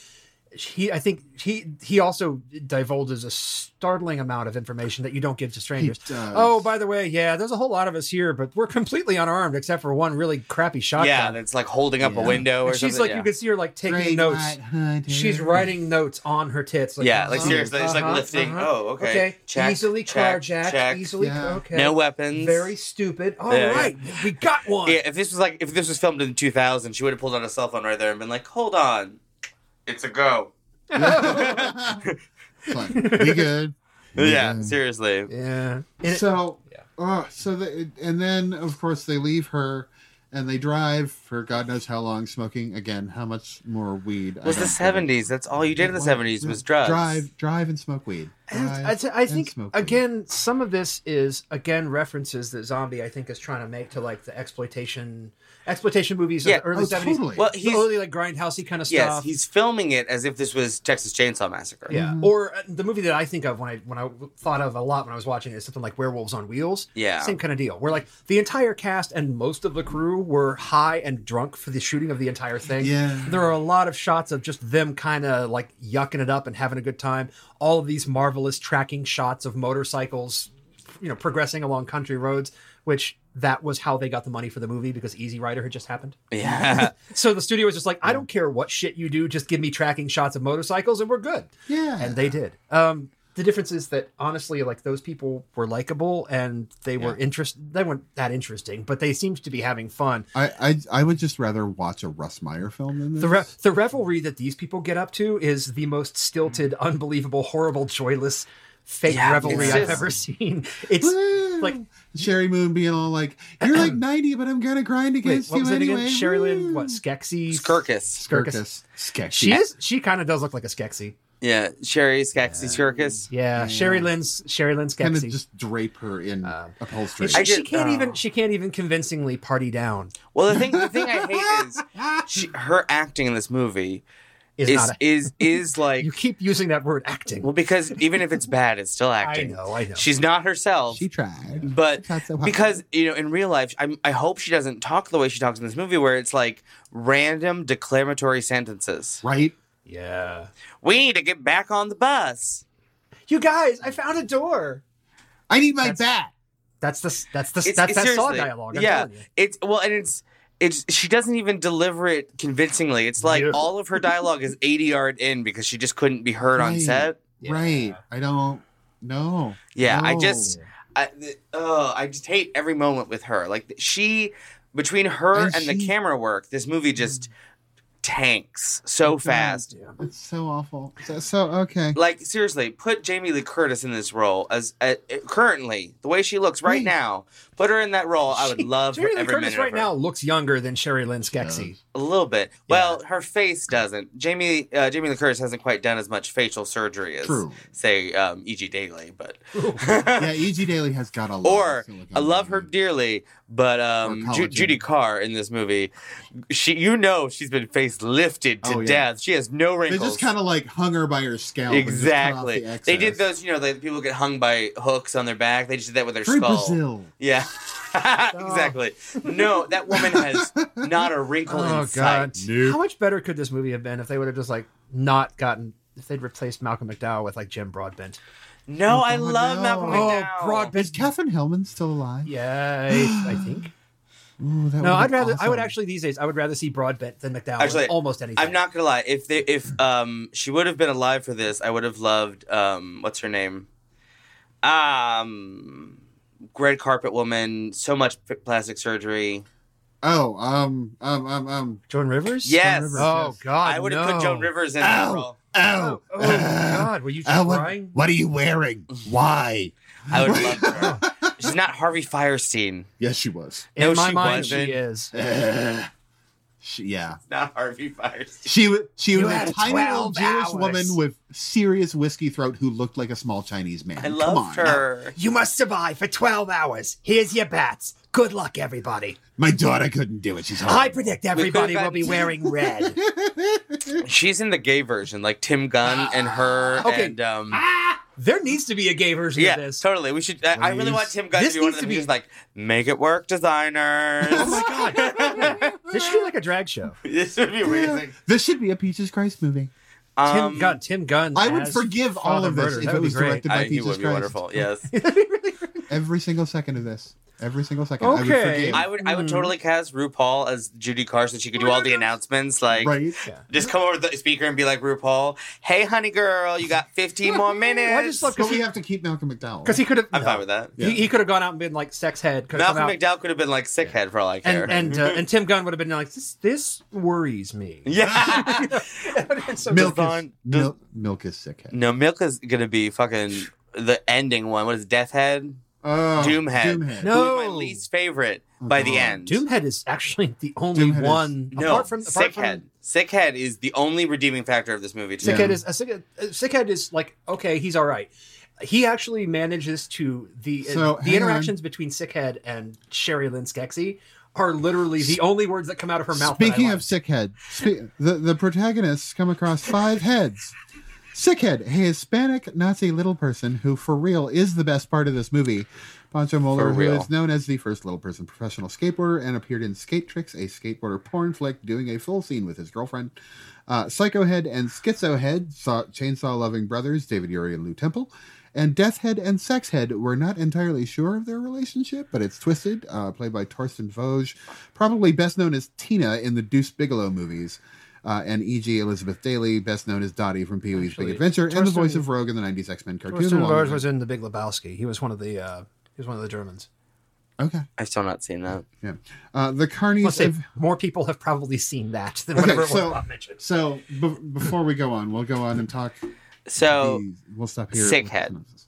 he I think he he also divulges a startling amount of information that you don't give to strangers.
He does.
Oh, by the way, yeah, there's a whole lot of us here, but we're completely unarmed except for one really crappy
yeah,
shotgun.
that's like holding up
Yeah.
a window or
and she's
something.
like,
yeah.
you can see her like taking
Great
notes.
White Hunter.
She's writing notes on her tits. Like,
yeah, like
uh-huh,
seriously, it's like
uh-huh,
lifting.
uh-huh.
Oh, okay. Check,
easily
check,
carjacked.
check.
Easily
Yeah.
okay.
No weapons.
Very stupid. All right,
Yeah, yeah.
we got one.
Yeah, if this was like if this was filmed in 2000, she would have pulled out a cell phone right there and been like, "Hold on, it's a go."
It's like, we good. We
Yeah,
good.
seriously.
Yeah. And it-
So,
Yeah.
uh, so the, and then of course they leave her, and they drive for God knows how long, smoking again. How much more weed?
It was the 70s. That's all you did in the 70s was drugs.
Drive, drive, and smoke weed.
And
Drive
I, I
and
think
smoke weed.
again, some of this is again references that Zombie I think is trying to make to like the exploitation exploitation movies
Yeah.
of the early
Oh,
seventies.
totally.
Well,
He's
he's
early like grindhousey kind of
yes,
stuff.
he's filming it as if this was Texas Chainsaw Massacre.
yeah,
Mhm.
or uh, the movie that I think of when I when I thought of a lot when I was watching it is something like Werewolves on Wheels.
Yeah.
same kind of deal. Where like the entire cast and most of the crew were high and drunk for the shooting of the entire thing.
Yeah.
there are a lot of shots of just them kind of like yucking it up and having a good time. All of these marvelous tracking shots of motorcycles, you know, progressing along country roads, which that was how they got the money for the movie because Easy Rider had just happened.
Yeah.
So the studio was just like, I don't care what shit you do, just give me tracking shots of motorcycles and we're good.
yeah,
And they did. Um, the difference is that honestly, like those people were likable and they were interest. They weren't that interesting, but they seemed to be having fun.
I, I I would just rather watch a Russ Meyer film than this.
The, re- the revelry that these people get up to is the most stilted, unbelievable, horrible, joyless, fake
Yeah,
revelry
it's
I've
just-
ever seen. It's
Woo!
like-
Sherry Moon being all like, "You're like ninety, but I'm gonna grind
wait,
against
what was
you
it
anyway."
again? Sherry Lynn,
Woo!
what Skeksis?
Skirkus.
Skirkus.
Skirkus. Sketchy.
She is. She kind of does look like a Skeksy.
Yeah, Sherry Skaxi Skirkus.
Yeah, Sherry Lynn's Sherry Lynn
kind of
Skeksy.
just drape her in
Um,
upholstery.
It's- she,
Uh, I just-
can't
oh.
even. She can't even convincingly party down.
Well, the thing the thing I hate is she, her acting in this movie
Is,
is is
not. A,
is, like
you keep using that word acting.
well because even if it's bad, it's still
I
acting.
know. I know.
She's not herself,
she tried,
but
Not so hot.
because you know in real life, I I hope she doesn't talk the way she talks in this movie, where it's like random declamatory sentences.
right?
yeah.
We need to get back on the bus.
You guys, I found a door.
I need my
That's-
bat.
That's the that's the
It's-
that's
it's
that saw
seriously-
dialogue. I'm
yeah.
telling you.
It's well, and it's it's she doesn't even deliver it convincingly. It's like
Yeah.
all of her dialogue is 80 yard in because she just couldn't be heard on
Right.
set.
Yeah.
Right. I don't know.
Yeah, I
No.
just I th- oh, I just hate every moment with her. Like she between her and,
And
the
she-
camera work, this movie
Mm.
just tanks so
does.
fast.
Yeah.
It's so awful. So, so okay.
Like seriously, put Jamie Lee Curtis in this role as uh, currently the way she looks right
Right.
now. Put her in that role. I would love
Jamie Lee
every
Curtis
minute
right
of her.
now looks younger than Sherry Lynn Skeksy.
A little bit. Well, her face doesn't. Jamie uh, Jamie Lee Curtis hasn't quite done as much facial surgery as
True.
say um, E.G. Daily, but
Oh,
Yeah, E.G. Daily has got a lot.
Or,
of silicone
I love her
in it.
dearly. But um,
Or
Ju-
collagen.
Judy Carr in this movie, she you know she's been face lifted to
Oh, yeah.
death. She has no
They
wrinkles.
just kind of like hung her by her scalp. and just cut off
exactly.
the
they did
excess.
those. You know, the people get hung by hooks on their back. They just did that with their
Free
skull.
Brazil.
Yeah. exactly. No, that woman has not a wrinkle
Oh
in sight.
god. How much better could this movie have been if they would have just like not gotten if they'd replaced Malcolm McDowell with like Jim Broadbent?
No,
Oh,
I
God,
love
no.
Malcolm McDowell.
Oh, Broadbent.
Is Catherine Hellman still alive?
Yeah, I, I think.
Ooh,
No,
that would've
I'd
been
rather. I would
awesome.
actually these days. I would rather see Broadbent than McDowell. in
Actually,
almost anything.
I'm not gonna lie. If they, if um she would have been alive for this, I would have loved um what's her name, um red carpet woman. So much p- plastic surgery.
Oh, um, um, um, um.
Joan Rivers.
Yes.
Joan Rivers, Oh God.
I would have
no.
put Joan Rivers in that
Ow!
role.
Oh,
Ow!
oh
Ah.
God, were you
Ow,
just
what-
crying?
What are you wearing? Why?
I would have loved her. She's not Harvey Firestein.
Yes, she was.
In
No,
my
she
mind,
wasn't.
she is.
Eh. she, yeah.
Not Harvey Firestein.
She was she
You
was
had
a tiny little
12
Jewish
hours.
woman with serious whiskey throat who looked like a small Chinese man.
I
Come on.
loved her.
You must survive for 12 hours. Here's your bats. Good luck, everybody.
My daughter couldn't do it. She's hard.
I predict everybody
gotta-
will be wearing red.
She's in the gay version, like Tim Gunn and her.
Okay.
And, um,
ah, there needs to be a gay version
yeah,
of this.
totally. We should. I, I really
Please.
want Tim Gunn
This
to be one
needs
of
to
them.
be-
Just like make it work,
Oh
designers.
my God. this should be like a drag show.
this would be amazing. Um,
This should be a Peaches Christ movie.
Tim Gunn. Tim Gunn.
I would
as
forgive all
Father
of this
Murder.
if
That
it
would
was
be great.
directed by
I, he
Peaches
would be
Christ.
wonderful. Yes,
Every single second of this. Every single second. I would
Okay.
forgive.
I would. I
Mm-hmm.
would totally cast RuPaul as Judy Carr so she could do all the announcements. Like,
right?
just come over to the speaker and be like, "RuPaul, hey, honey girl, you got 15 more minutes."
Well, I just
But we have to keep Malcolm McDowell.
Because he could have.
I'm fine with that.
Yeah.
He, could have gone out and been like sex head. Could have
Malcolm
come out.
McDowell could have been like sickhead head for all I care.
and and, uh,
Mm-hmm.
and Tim Gunn would have been like this. This worries me.
yeah,
so
milk, is,
Devon-
milk, milk is sick. Head.
no, Milk is gonna be fucking the ending one. What is it, Death Head?
Oh,
Doomhead.
Doomhead.
No. Oh,
Who is my least favorite by the
God.
end.
Doomhead is actually the only
Doomhead is-
one
no,
apart from apart from
Sickhead. Sickhead is the only redeeming factor of this movie. To me.
Sickhead is a sickhead, a sickhead is like okay, he's all right. He actually manages to the uh,
So, hang
the interactions between Sickhead and Sherry Lynn Skeksis are literally the only words that come out of her mouth. that I
Speaking
like.
of sick head, spe- the the protagonists come across five heads. Sickhead, a Hispanic Nazi little person who, for real, is the best part of this movie. Pancho Moeller, who
real.
is known as the first little person professional skateboarder and appeared in Skate Tricks, a skateboarder porn flick, doing a full scene with his girlfriend. Uh, Psycho Head and Schizo Head, saw chainsaw loving brothers David Uri and Lou Temple. And Death Head and Sex Head were not entirely sure of their relationship, but it's twisted, uh, played by Torsten Vosge, probably best known as Tina in the Deuce Bigelow movies. uh, and E.G. Elizabeth Daly, best known as Dottie from Pee Wee's Big
Actually,
Adventure, and the
Torsten-
voice of Rogue in the '90s X-Men cartoon.
Torsten
along
Bars
with-
was in The Big Lebowski. He was one of the uh, he was one of the Germans.
Okay,
I've still not seen that.
yeah. Uh, the Carnies.
Let's say
of-
more people have probably seen that than
Okay,
whatever it
so-
was Bob mentioned.
so be- before we go on, we'll go on and talk.
So,
the- we'll stop here.
sick
with
head.
synopsis.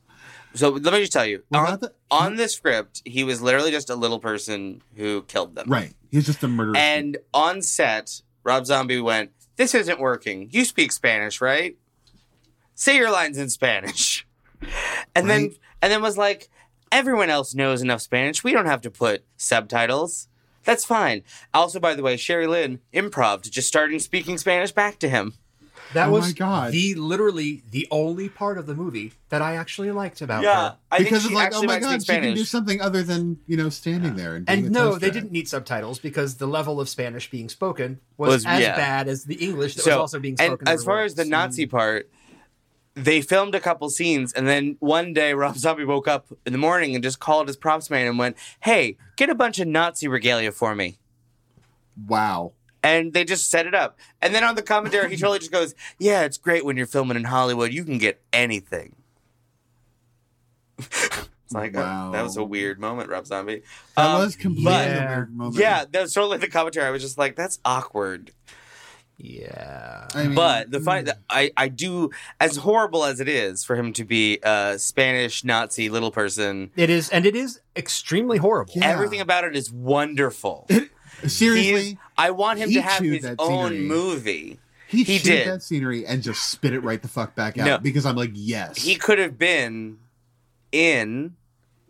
so let me just tell you
Well,
on,
not that-
on the script, he was literally just a little person who killed them.
Right. He's just a murderer.
And on set, Rob Zombie went, This isn't working. You speak Spanish, right? Say your lines in Spanish. And then
Right.
and then was like, everyone else knows enough Spanish. We don't have to put subtitles. That's fine. Also, by the way, Sherry Lynn improv just starting speaking Spanish back to him.
That
Oh
was
my God.
the literally the only part of the movie that I actually liked about her.
I
because
think
it's
she
like,
actually
oh my
might
god,
speak
she can do
Spanish.
something other than you know standing there and. Being
And
a
no,
toast
they
guy.
didn't need subtitles because the level of Spanish being spoken was,
Was-
as
yeah.
bad as the English that was also being
and
spoken. Mm.
as far
everywhere.
as the Nazi part, they filmed a couple scenes, and then one day Rob Zombie woke up in the morning and just called his props man and went, "Hey, get a bunch of Nazi regalia for me."
Wow.
And they just set it up. And then on the commentary, he totally just goes, "Yeah, it's great when you're filming in Hollywood. You can get anything." it's like oh,
Wow.
that was a weird moment, Rob Zombie.
That
Um,
was completely
yeah.
a weird moment.
yeah, that was totally the commentary. I was just like, "That's awkward."
yeah,
I mean, mm,
But the
Mm-hmm.
fight, I, I do, as horrible as it is for him to be a Spanish Nazi little person,
it is, and it is extremely horrible.
Yeah.
everything about it is wonderful. He's-
seriously,
I want him
he
to have
chewed
his
that
own
scenery.
movie.
he,
he
chewed
did.
that scenery and just spit it right the fuck back out
No.
because I'm like, yes.
He could have been in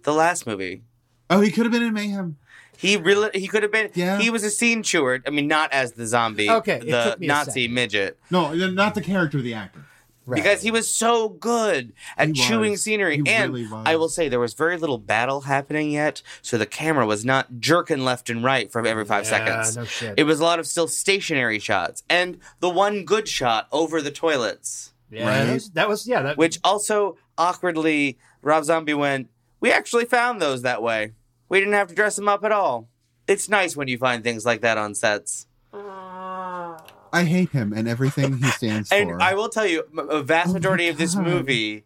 the last movie.
oh, he could have been in Mayhem.
He really, he could have been.
Yeah.
He was a scene chewer. I mean, not as the zombie.
Okay, it
the
took me a
Nazi
second.
midget,
No, not the character, the actor.
Right.
because he was so good at
He
chewing
was.
scenery.
He
and
really was.
I will say there was very little battle happening yet, so the camera was not jerking left and right from every five
Yeah,
seconds.
No shit.
It was a lot of still stationary shots and the one good shot over the toilets,
yeah,
Right.
that, was, that was- yeah. That,
which also awkwardly Rob Zombie went, We actually found those that way. We didn't have to dress them up at all. It's nice when you find things like that on sets.
I hate him and everything he stands
And
for.
I will tell you, m- a vast
Oh my
majority of this
God.
movie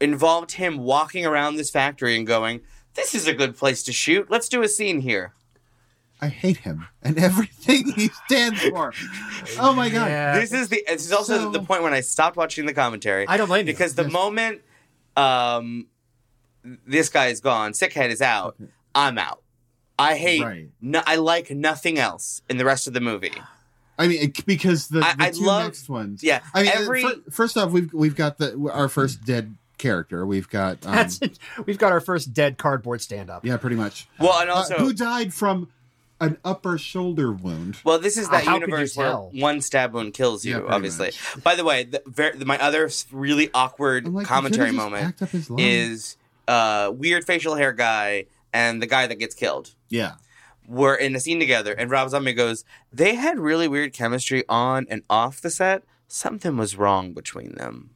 involved him walking around this factory and going, This is a good place to shoot. Let's do a scene here.
I hate him and everything he stands for. Oh my god.
yeah.
This is the this is also
So-
the point when I stopped watching the commentary.
I don't blame you.
because the
Yes.
moment um this guy is gone, Sickhead is out, I'm out. I hate
Right.
no, I like nothing else in the rest of the movie.
I mean, it- because the, the
I- I
two
love-
next ones.
Yeah.
I mean,
every
fir- first off, we've we've got the our first dead character. We've got um,
That's it. We've got our first dead cardboard stand up.
yeah, pretty much.
well and
Uh,
also
who died from an upper shoulder wound?
well, this is that
Uh, How could you
universe where
tell?
one stab wound kills
Yeah,
you,
pretty
obviously. By the way, the, ver- my other really awkward
I'm like, he
commentary
could've just
moment
backed up his lung.
is uh, weird facial hair guy and the guy that gets killed.
yeah,
were in a scene together, and Rob Zombie goes, "They had really weird chemistry on and off the set. Something was wrong between them."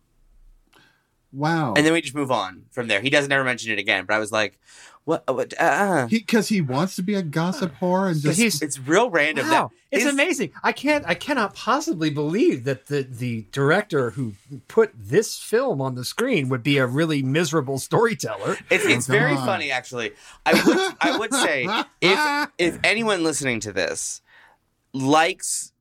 wow.
And then we just move on from there. He doesn't ever mention it again. But I was like, "What? what uh, uh."
because he, wants to be a gossip whore and
So
just
he's
It's real random."
wow,
that-
it's amazing. I can't, I cannot possibly believe that the the director who put this film on the screen would be a really miserable storyteller.
It's, it's
Oh,
very
God.
funny, actually. I would I would say if if anyone listening to this likes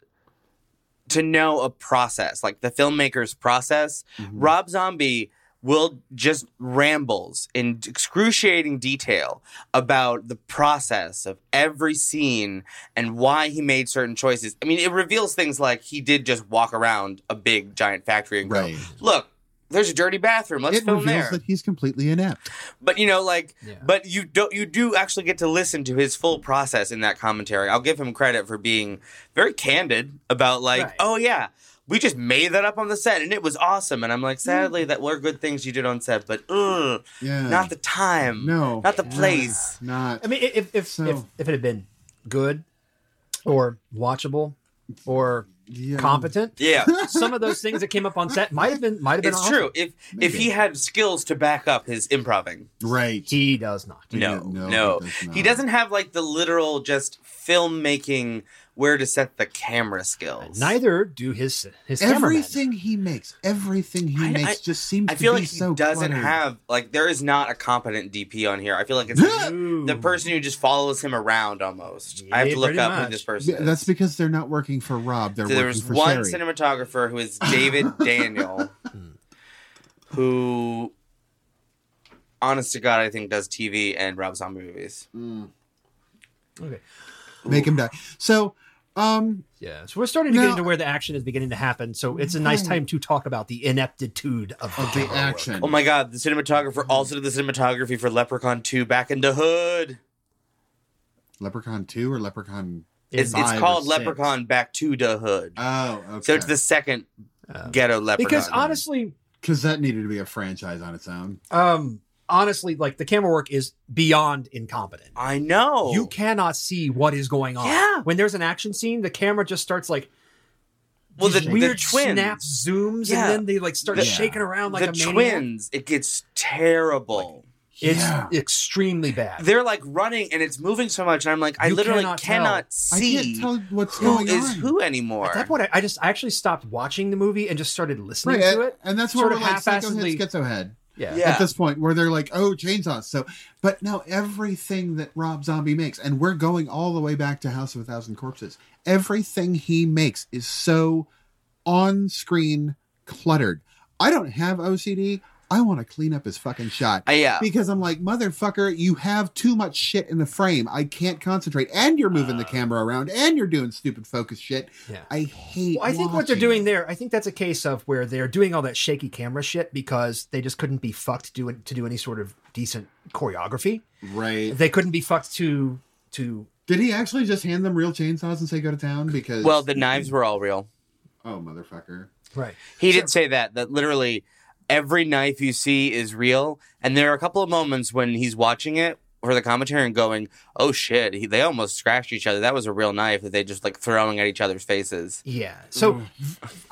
to know a process, like the filmmaker's process,
Mm-hmm.
Rob Zombie will just rambles in excruciating detail about the process of every scene and why he made certain choices. I mean, it reveals things like he did just walk around a big giant factory and go,
right.
"Look, there's a dirty bathroom. Let's
It
film
reveals
there."
that he's completely inept.
But you know, like,
Yeah.
but you don't, you do actually get to listen to his full process in that commentary. I'll give him credit for being very candid about, like,
Right.
oh yeah, we just made that up on the set and it was awesome. And I'm like, sadly, that were good things you did on set, but ugh,
Yeah,
not the time,
no,
not the place.
not
I mean, i- if if,
So-
if if it had been good or watchable or
yeah.
competent,
Yeah,
some of those things that came up on set might have been might have been.
it's
awesome.
true. If if he had skills to back up his improving,
Right.
He does not.
Yeah,
no,
no,
no,
Uh-huh.
he does
he
not.
doesn't have like the literal just filmmaking where to set the camera skills.
Neither do his his cameramen.
Everything he makes, everything he
I-
makes,
I-
just seems.
I feel
to
like
be
he
so
doesn't
cluttered.
have like there is not a competent DP on here. I feel like it's the
Ooh.
person who just follows him around almost. I have
Yeah,
to look
pretty
up
much.
who this person
Yeah,
is.
That's because they're not working for Rob. They're
So there
working
was
for
one
Sherry. Hmm.
cinematographer who is David Daniel, who, honest to God, I think does TV and Rob Zombie movies.
Okay.
Mm. Make him die. So, um,
Yeah. So we're starting to
Now-
get into where the action is beginning to happen. So it's a nice
Right.
time to talk about the ineptitude of the,
of the
camera work.
action. Hmm.
Oh my God, the cinematographer also did the cinematography for Leprechaun 2 Back in the Hood.
Leprechaun two or Leprechaun?
It's,
Five
it's
or
called
six.
Leprechaun Back to the Hood.
Oh, okay.
So it's the second
Um,
ghetto leprechaun.
because honestly,
because that needed to be a franchise on its own.
um, honestly, like the camera work is beyond incompetent.
I know.
You cannot see what is going on.
Oh. Yeah.
When there's an action scene, the camera just starts like
well, the,
these weird
the twins.
snap zooms,
Yeah.
and then they like start
The-
shaking around like
the
a maniac.
twins. It gets terrible.
It's
yeah.
extremely bad.
they're like running and it's moving so much and i'm like i
You
literally
cannot
cannot,
tell.
I can't
see
tell what's
who
going
is
on.
who anymore
At that point, I, I just I actually stopped watching the movie and just started listening
Right, and,
to it.
and that's
sort
where we're
of
like psychohead,
half-assedly-
schizohead
Yeah.
Yeah.
at this point, where they're like, "Oh, chainsaws." So, but now everything that Rob Zombie makes, and we're going all the way back to House of a Thousand Corpses. Everything he makes is so on-screen cluttered. I don't have OCD. I want to clean up his fucking shot.
Uh, yeah
because I'm like, motherfucker, you have too much shit in the frame. I can't concentrate, and you're moving the camera around, and you're doing stupid focus shit.
Uh. Yeah.
I hate.
Well, I think what they're
watching
doing
it.
there, I think that's a case of where they're doing all that shaky camera shit because they just couldn't be fucked to do, to do any sort of decent choreography.
right?
They couldn't be fucked to to
Did he actually just hand them real chainsaws and say go to town? Because
well the knives were all real
oh motherfucker,
right.
he did say that that literally every knife you see is real and there are a couple of moments when he's watching it for the commentary and going oh shit he, they almost scratched each other that was a real knife that they just like throwing at each other's faces
Yeah. So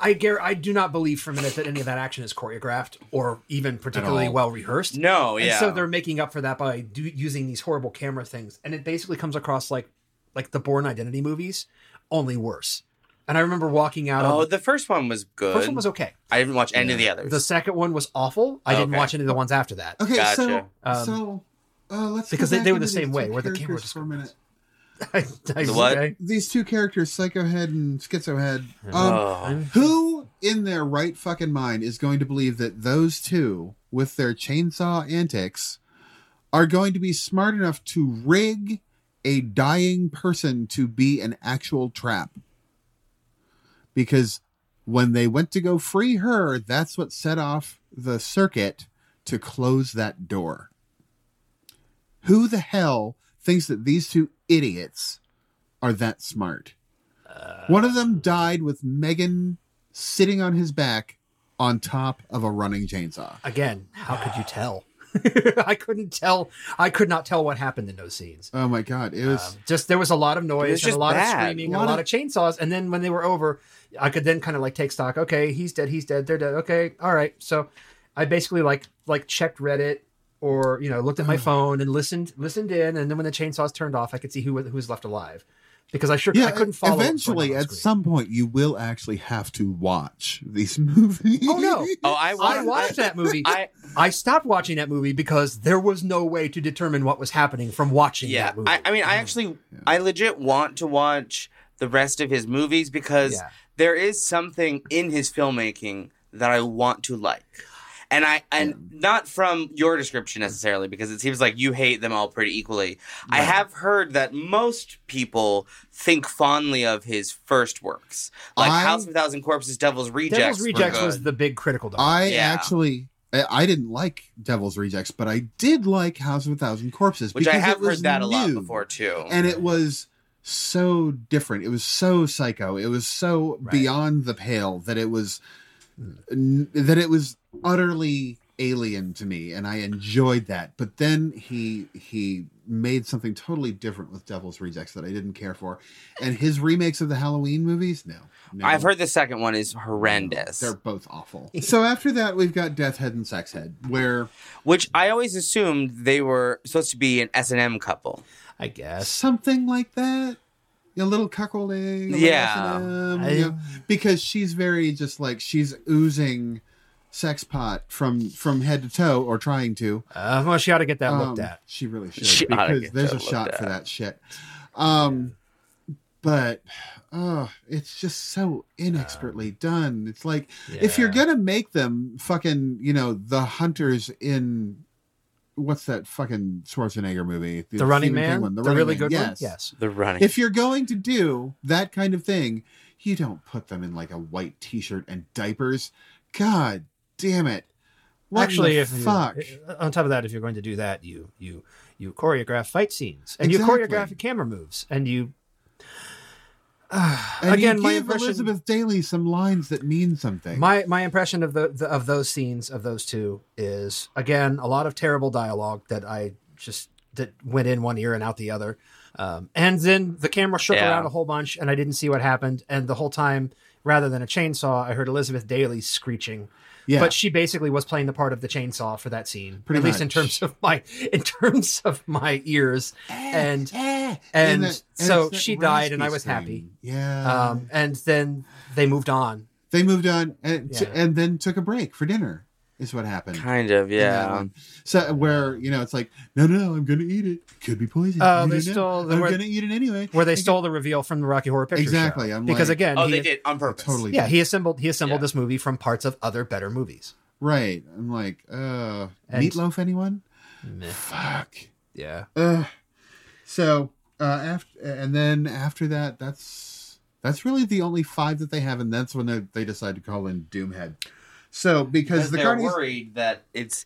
I gar- I do not believe for a minute that any of that action is choreographed or even particularly
all.
well rehearsed.
no
And
yeah
so they're making up for that by do- using these horrible camera things, and it basically comes across like like the Born Identity movies, only worse. And I remember walking out.
oh
of,
the first one was good
first one was okay.
i didn't watch any of the others
The second one was awful. I didn't
Okay.
watch any of the ones after that.
Oh, okay,
Gotcha.
so
Um,
so uh, let's
because
go
they-
back
they were the
into
same
these
way,
two
where the camera
characters
just
for a minute.
I, I,
The what?
okay.
These two characters, Psychohead and Schizohead. Um,
oh.
I'm-
Who in their right fucking mind is going to believe that those two, with their chainsaw antics, are going to be smart enough to rig a dying person to be an actual trap? Because when they went to go free her, that's what set off the circuit to close that door. Who the hell thinks that these two idiots are that smart? One of them died with Megan sitting on his back on top of a running chainsaw.
Again, how could you tell? I couldn't tell. I could not tell what happened in those scenes.
Oh my god, it
Um,
was
just there was a lot of noise and
just
a lot
bad.
of screaming, and
A lot
a lot
of-
of chainsaws, and then when they were over, I could then kind of like take stock. Okay, he's dead. He's dead. They're dead. Okay, all right. So, I basically like like checked Reddit or you know looked at my phone and listened listened in, and then when the chainsaws turned off, I could see who was- who was left alive because I sure
yeah.
I couldn't follow. what was going
eventually,
on on
at
screen.
some point, you will actually have to watch these movies.
Oh, no.
oh i watched,
I watched that movie.
I-
I, stopped watching that movie because there was no way to determine what was happening from watching
Yeah,
that movie. Mm,
I, I mean, I actually, I legit want to watch the rest of his movies because
Mm. Yeah.
there is something in his filmmaking that I want to like, and I and not from your description necessarily because it seems like you hate them all pretty equally. I have heard that most people think fondly of his first works, like
I-
House of a Thousand Corpses, Devil's Rejects.
Devil's
were
Rejects was
good.
the big critical dog.
I
Yeah.
actually. I I didn't like Devil's Rejects, but I did like House of a Thousand Corpses,
which I
because
have
it was
heard that a lot
new.
before too.
and it was so different it was so psycho it was so
Right.
beyond the pale that it was
Hmm.
n- that it was utterly alien to me and i enjoyed that but then he he made something totally different with devil's rejects that i didn't care for and his remakes of the halloween movies no, no
I've heard the second one is
no,
horrendous.
they're both awful so after that we've got death head and sex head where
which I always assumed they were supposed to be an S and M couple.
I guess.
something like that you know, little cuckolding. little
Yeah.
S&M,
I-
you know, because she's very just like she's oozing sex pot from from head to toe or trying to.
Uh, well, she ought to get that
Um,
looked at.
She really should
She oughta
because
get
there's
that
a shot
looked
for that shit. Um, but oh, it's just so inexpertly done. It's like if you're
Yeah.
gonna make them fucking, you know, the hunters in what's that fucking Schwarzenegger movie?
the Running
Stephen King
Man,
one,
the,
Running
really
Man,
good
yes.
one. Yes.
The running.
If you're going to do that kind of thing, you don't put them in like a white T-shirt and diapers. God damn it! What
Actually,
the
if you- uh,
fuck.
on top of that, if you're going to do that, you you you choreograph fight scenes and you
Exactly.
choreograph camera moves and you.
And
Again,
you
my
give
impression-
Elizabeth Daly some lines that mean something.
My my impression of the, the of those scenes of those two is again a lot of terrible dialogue that I just that went in one ear and out the other, um, and then the camera shook
Yeah.
around a whole bunch and I didn't see what happened and the whole time rather than a chainsaw I heard Elizabeth Daly screeching,
yeah,
but she basically was playing the part of the chainsaw for that scene,
Pretty
at least in
much.
terms of my in terms of my ears and.
Eh,
and
and, that-
so
it's that
she died and I
raspy
was happy.
Yeah,
Um, and then they moved on.
they moved on and
Yeah.
and then took a break for dinner. Is what happened.
kind of,
in that
yeah.
one. So where you know it's like no no I'm gonna eat it could be poison.
Oh,
You
they
don't know.
stole the
I'm
word-
gonna eat it anyway.
Where they stole the reveal from the Rocky Horror Picture
Exactly,
Show.
I'm
because
like-
again,
Oh,
he-
they did on
I
purpose.
totally
Yeah, he assembled he assembled
Yeah.
this movie from parts of other better movies.
right. I'm like uh
And-
meatloaf anyone? Fuck.
Yeah,
Uh, so uh, after and then after that, that's that's really the only five that they have, and that's when they, they decide to call in Doomhead. So because
Because
the
they're
Guardians,
worried that it's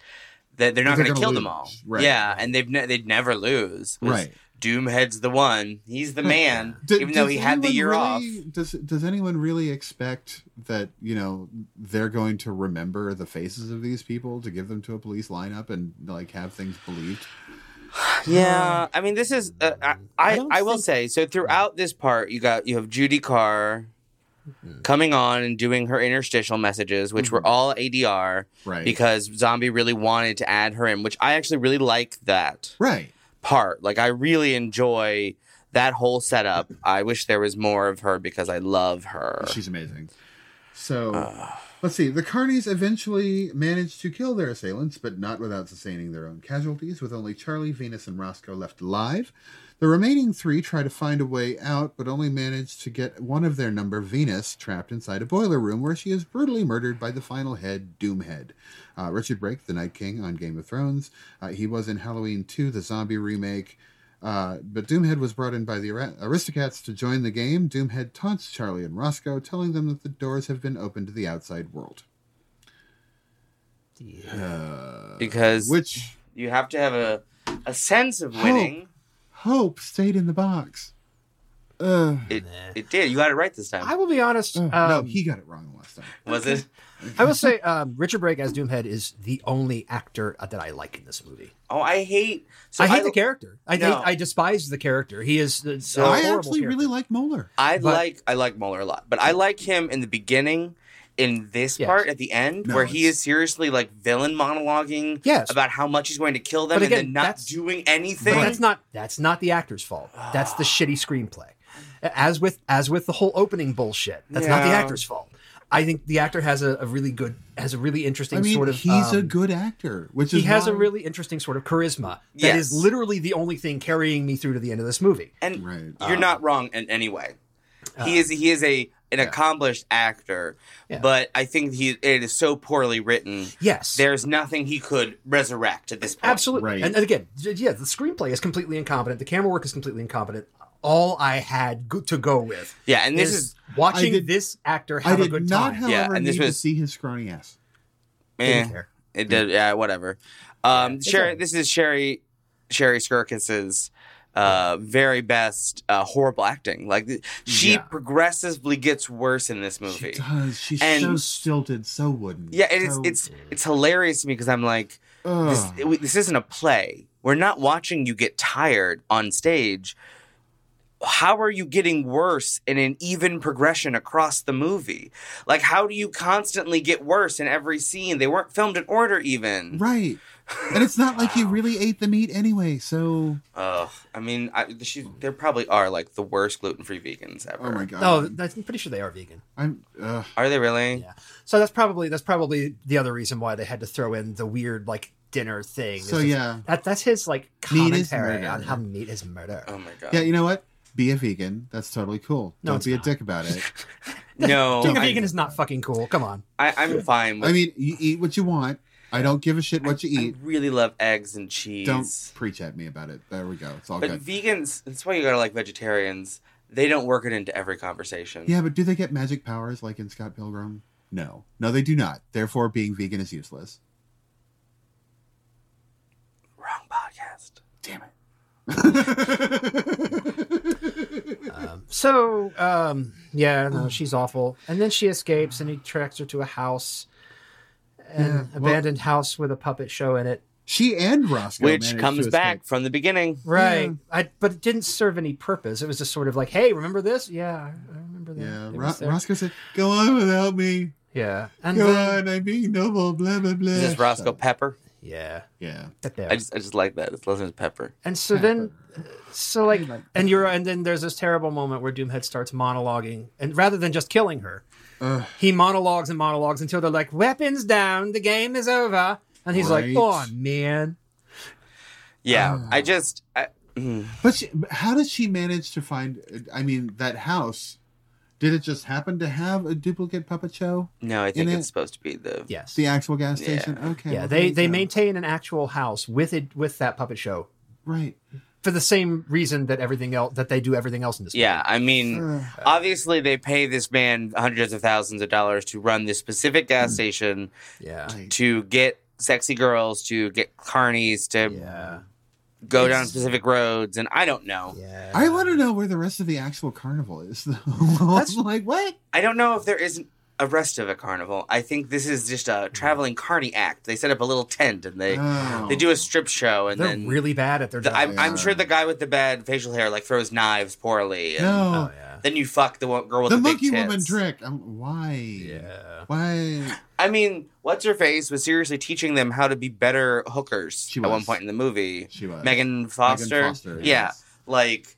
that they're not
They're
going to
gonna
kill them
lose,
all.
right.
Yeah, and they've ne- they'd never lose. 'cause
right?
Doomhead's the one. He's the man.
Do-
even though
does
he had the
anyone
year off.
really- does does anyone really expect that you know they're going to remember the faces of these people to give them to a police lineup and like have things believed?
Yeah, I mean, this is. Uh, I
I
I,
don't
I will
think-
say so. Throughout this part, you got you have Judy Carr
Mm-hmm.
coming on and doing her interstitial messages, which were all ADR
Right.
because Zombie really wanted to add her in, which I actually really like that
right.
part. Like, I really enjoy that whole setup. I wish there was more of her because I love her.
She's amazing. So let's see. The Carneys eventually managed to kill their assailants, but not without sustaining their own casualties, with only Charlie, Venus, and Roscoe left alive. The remaining three try to find a way out, but only manage to get one of their number, Venus, trapped inside a boiler room where she is brutally murdered by the final head, Doomhead. Uh, Richard Brake, the Night King on Game of Thrones. Uh, he was in Halloween 2, the zombie remake. Uh, but Doomhead was brought in by the Ara- Aristocats to join the game. Doomhead taunts Charlie and Roscoe, telling them that the doors have been opened to the outside world. Uh,
Because
which
you have to have a, a sense of winning.
hope stayed in the box? Uh,
It, it did. You got it right this time.
I will be honest.
uh,
Um,
no, he got it wrong last time.
was it?
I will say um, Richard Brake as Doomhead is the only actor uh, that I like in this movie.
Oh, I hate. So
I hate
I-
the character. I
No.
hate, I despise the character. He is the,
So-
a
I
horrible
actually
character.
really like Moeller.
I
But-
like I like Mueller a lot, but I like him in the beginning, in this
Yes.
part at the end,
No,
where he
it's-
is seriously like villain monologuing
Yes.
about how much he's going to kill them
But
and
again,
then not
that's-
doing
But
anything.
that's not that's not the actor's fault. That's the shitty screenplay. As with as with the whole opening bullshit. That's not the
Yeah.
actor's fault. I think the actor has a, a really good has a really interesting
I mean,
sort of
he's a
um,
good actor, which
he
is
has a
why-
really interesting sort of charisma that is
Yes.
literally the only thing carrying me through to the end of this movie.
and
right. Uh,
you're not wrong in any way. he is he is a an accomplished actor,
Uh, Yeah.
but I think he it is so poorly written.
Yes.
There's nothing he could resurrect at this point.
Absolutely.
Right.
And, and again, j- yeah, the screenplay is completely incompetent. The camera work is completely incompetent. All I had go- to go with
Yeah, and this is
watching
I did-
this actor
I
have a
did
good
not,
time.
however,
Yeah, and this
need to
was-
see his scrawny ass.
Didn't
eh.
care.
It
Hmm.
did, yeah, whatever. Um,
it's
Sherry,
all-
this is Sherry, Sherry Skirkis's uh, very best uh, horrible acting. Like th- she
Yeah.
progressively gets worse in this
She
movie.
does. She's
And-
so stilted, so wooden.
Yeah, and it's
so-
it's it's hilarious to me because I'm like, this,
Ugh.
it- this isn't a play. We're not watching you get tired on stage. How are you getting worse in an even progression across the movie? Like, how do you constantly get worse in every scene? They weren't filmed in order, even.
Right. and it's not like you really ate the meat anyway. So,
Ugh. I mean, I, she, there probably are like the worst gluten free vegans ever.
oh my god,
No, that's- I'm pretty sure they are vegan.
I'm uh,
Are they really?
Yeah. So that's probably that's probably the other reason why they had to throw in the weird like dinner thing. It's
so
just-
yeah,
That that's his like
Meat is
commentary
murder.
on how meat is murder.
Oh my god.
yeah. You know what? Be a vegan. That's totally cool.
No,
Don't
it's
be
not.
a dick about it.
No,
Being a
I,
vegan is not fucking cool. Come on.
I, I'm fine. With,
I mean, you eat what you want. I don't give a shit what you eat.
I really love eggs and cheese.
Don't Oh, preach at me about it. There we go. It's all
but
good.
vegans, that's why you gotta like vegetarians. They don't work it into every conversation.
Yeah, but do they get magic powers like in Scott Pilgrim? No, no, they do not. Therefore, being vegan is useless.
Wrong podcast.
Damn it.
Um, so um, yeah, no,
Mm.
she's awful. And then she escapes, and he tracks her to a house,
Yeah,
an
well-
abandoned house with a puppet show in it.
she and Roscoe,
Which
managed
comes
to
back
escape.
from the beginning.
Right.
Yeah.
I, but it didn't serve any purpose. It was just sort of like, hey, remember this? Yeah, I I remember that.
Yeah,
It
Ro-
was there.
Roscoe said, "Go on without me.
yeah. And
Go
then-
on, I'm being noble." Blah blah blah.
Is this Roscoe
So,
Pepper?
yeah.
yeah,
Get there.
I just I just like that. It's Lesnar Pepper.
and so then, uh, so like,
like-
and you're, and then there's this terrible moment where Doomhead starts monologuing, and rather than just killing her,
Ugh.
he monologues and monologues until they're like, weapons down, the game is over, and he's like,
Right.
oh man,
Yeah.
Ah.
I just I, mm.
but she, but how did she manage to find? I mean, that house. Did it just happen to have a duplicate puppet show?
no, I think
In
it's
it-
supposed to be the
yes,
The actual gas
Yeah.
station. Okay.
yeah,
well,
they
there
they
you go.
maintain an actual house with it with that puppet show
right.
for the same reason that everything else that they do everything else in this.
Yeah, I mean, uh,
Ugh.
obviously they pay this man hundreds of thousands of dollars to run this specific gas station
movie. yeah,
Right.
to get sexy girls, to get carnies, to
yeah,
go
It's-
down specific roads, and I don't know.
yeah.
I want to know where the rest of the actual carnival is. Though. That's like what?
I don't know if there isn't a rest of a carnival. I think this is just a traveling carny act. They set up a little tent and they
Oh.
they do a strip show, and
They're
then
really bad at their
the,
job.
I'm, I'm
Yeah.
sure the guy with the bad facial hair like throws knives poorly. And
no.
oh yeah.
Then you fuck the wo- girl with
the
the,
monkey
big tits.
woman trick. Um, why?
Yeah.
Why?
I mean, what's her face was seriously teaching them how to be better hookers
She
at one
was.
point in the movie.
She was
Megan Foster.
Foster,
Yeah.
yes.
Like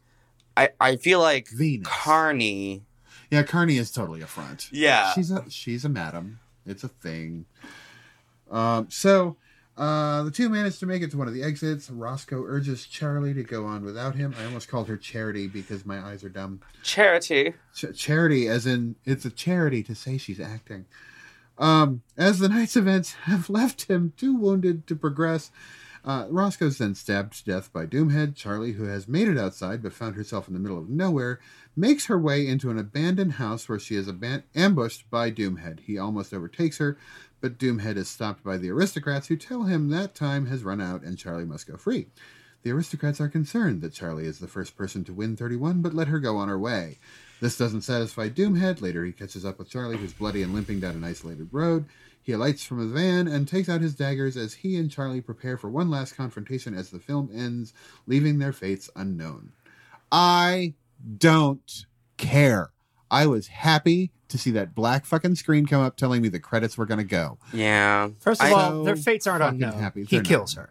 I, I feel like
Venus.
Carney.
yeah, Carney is totally a front.
Yeah.
she's a she's a madam. It's a thing. Um, so uh, the two manage to make it to one of the exits. Roscoe urges Charlie to go on without him. I almost called her Charity because my eyes are dumb.
Charity.
Ch- charity, as in it's a charity to say she's acting. Um, as the night's events have left him too wounded to progress, uh, Roscoe's then stabbed to death by Doomhead. Charlie, who has made it outside but found herself in the middle of nowhere, makes her way into an abandoned house where she is aban- ambushed by Doomhead. He almost overtakes her, but Doomhead is stopped by the aristocrats who tell him that time has run out and Charlie must go free. The aristocrats are concerned that Charlie is the first person to win 31, but let her go on her way. This doesn't satisfy Doomhead. Later, he catches up with Charlie, who's bloody and limping down an isolated road. He alights from a van and takes out his daggers as he and Charlie prepare for one last confrontation as the film ends, leaving their fates unknown. I don't care. I was happy to see that black fucking screen come up telling me the credits were going to go.
Yeah.
First of
I-
all,
So
their fates aren't
fucking
unknown.
happy
He
they're not.
kills her.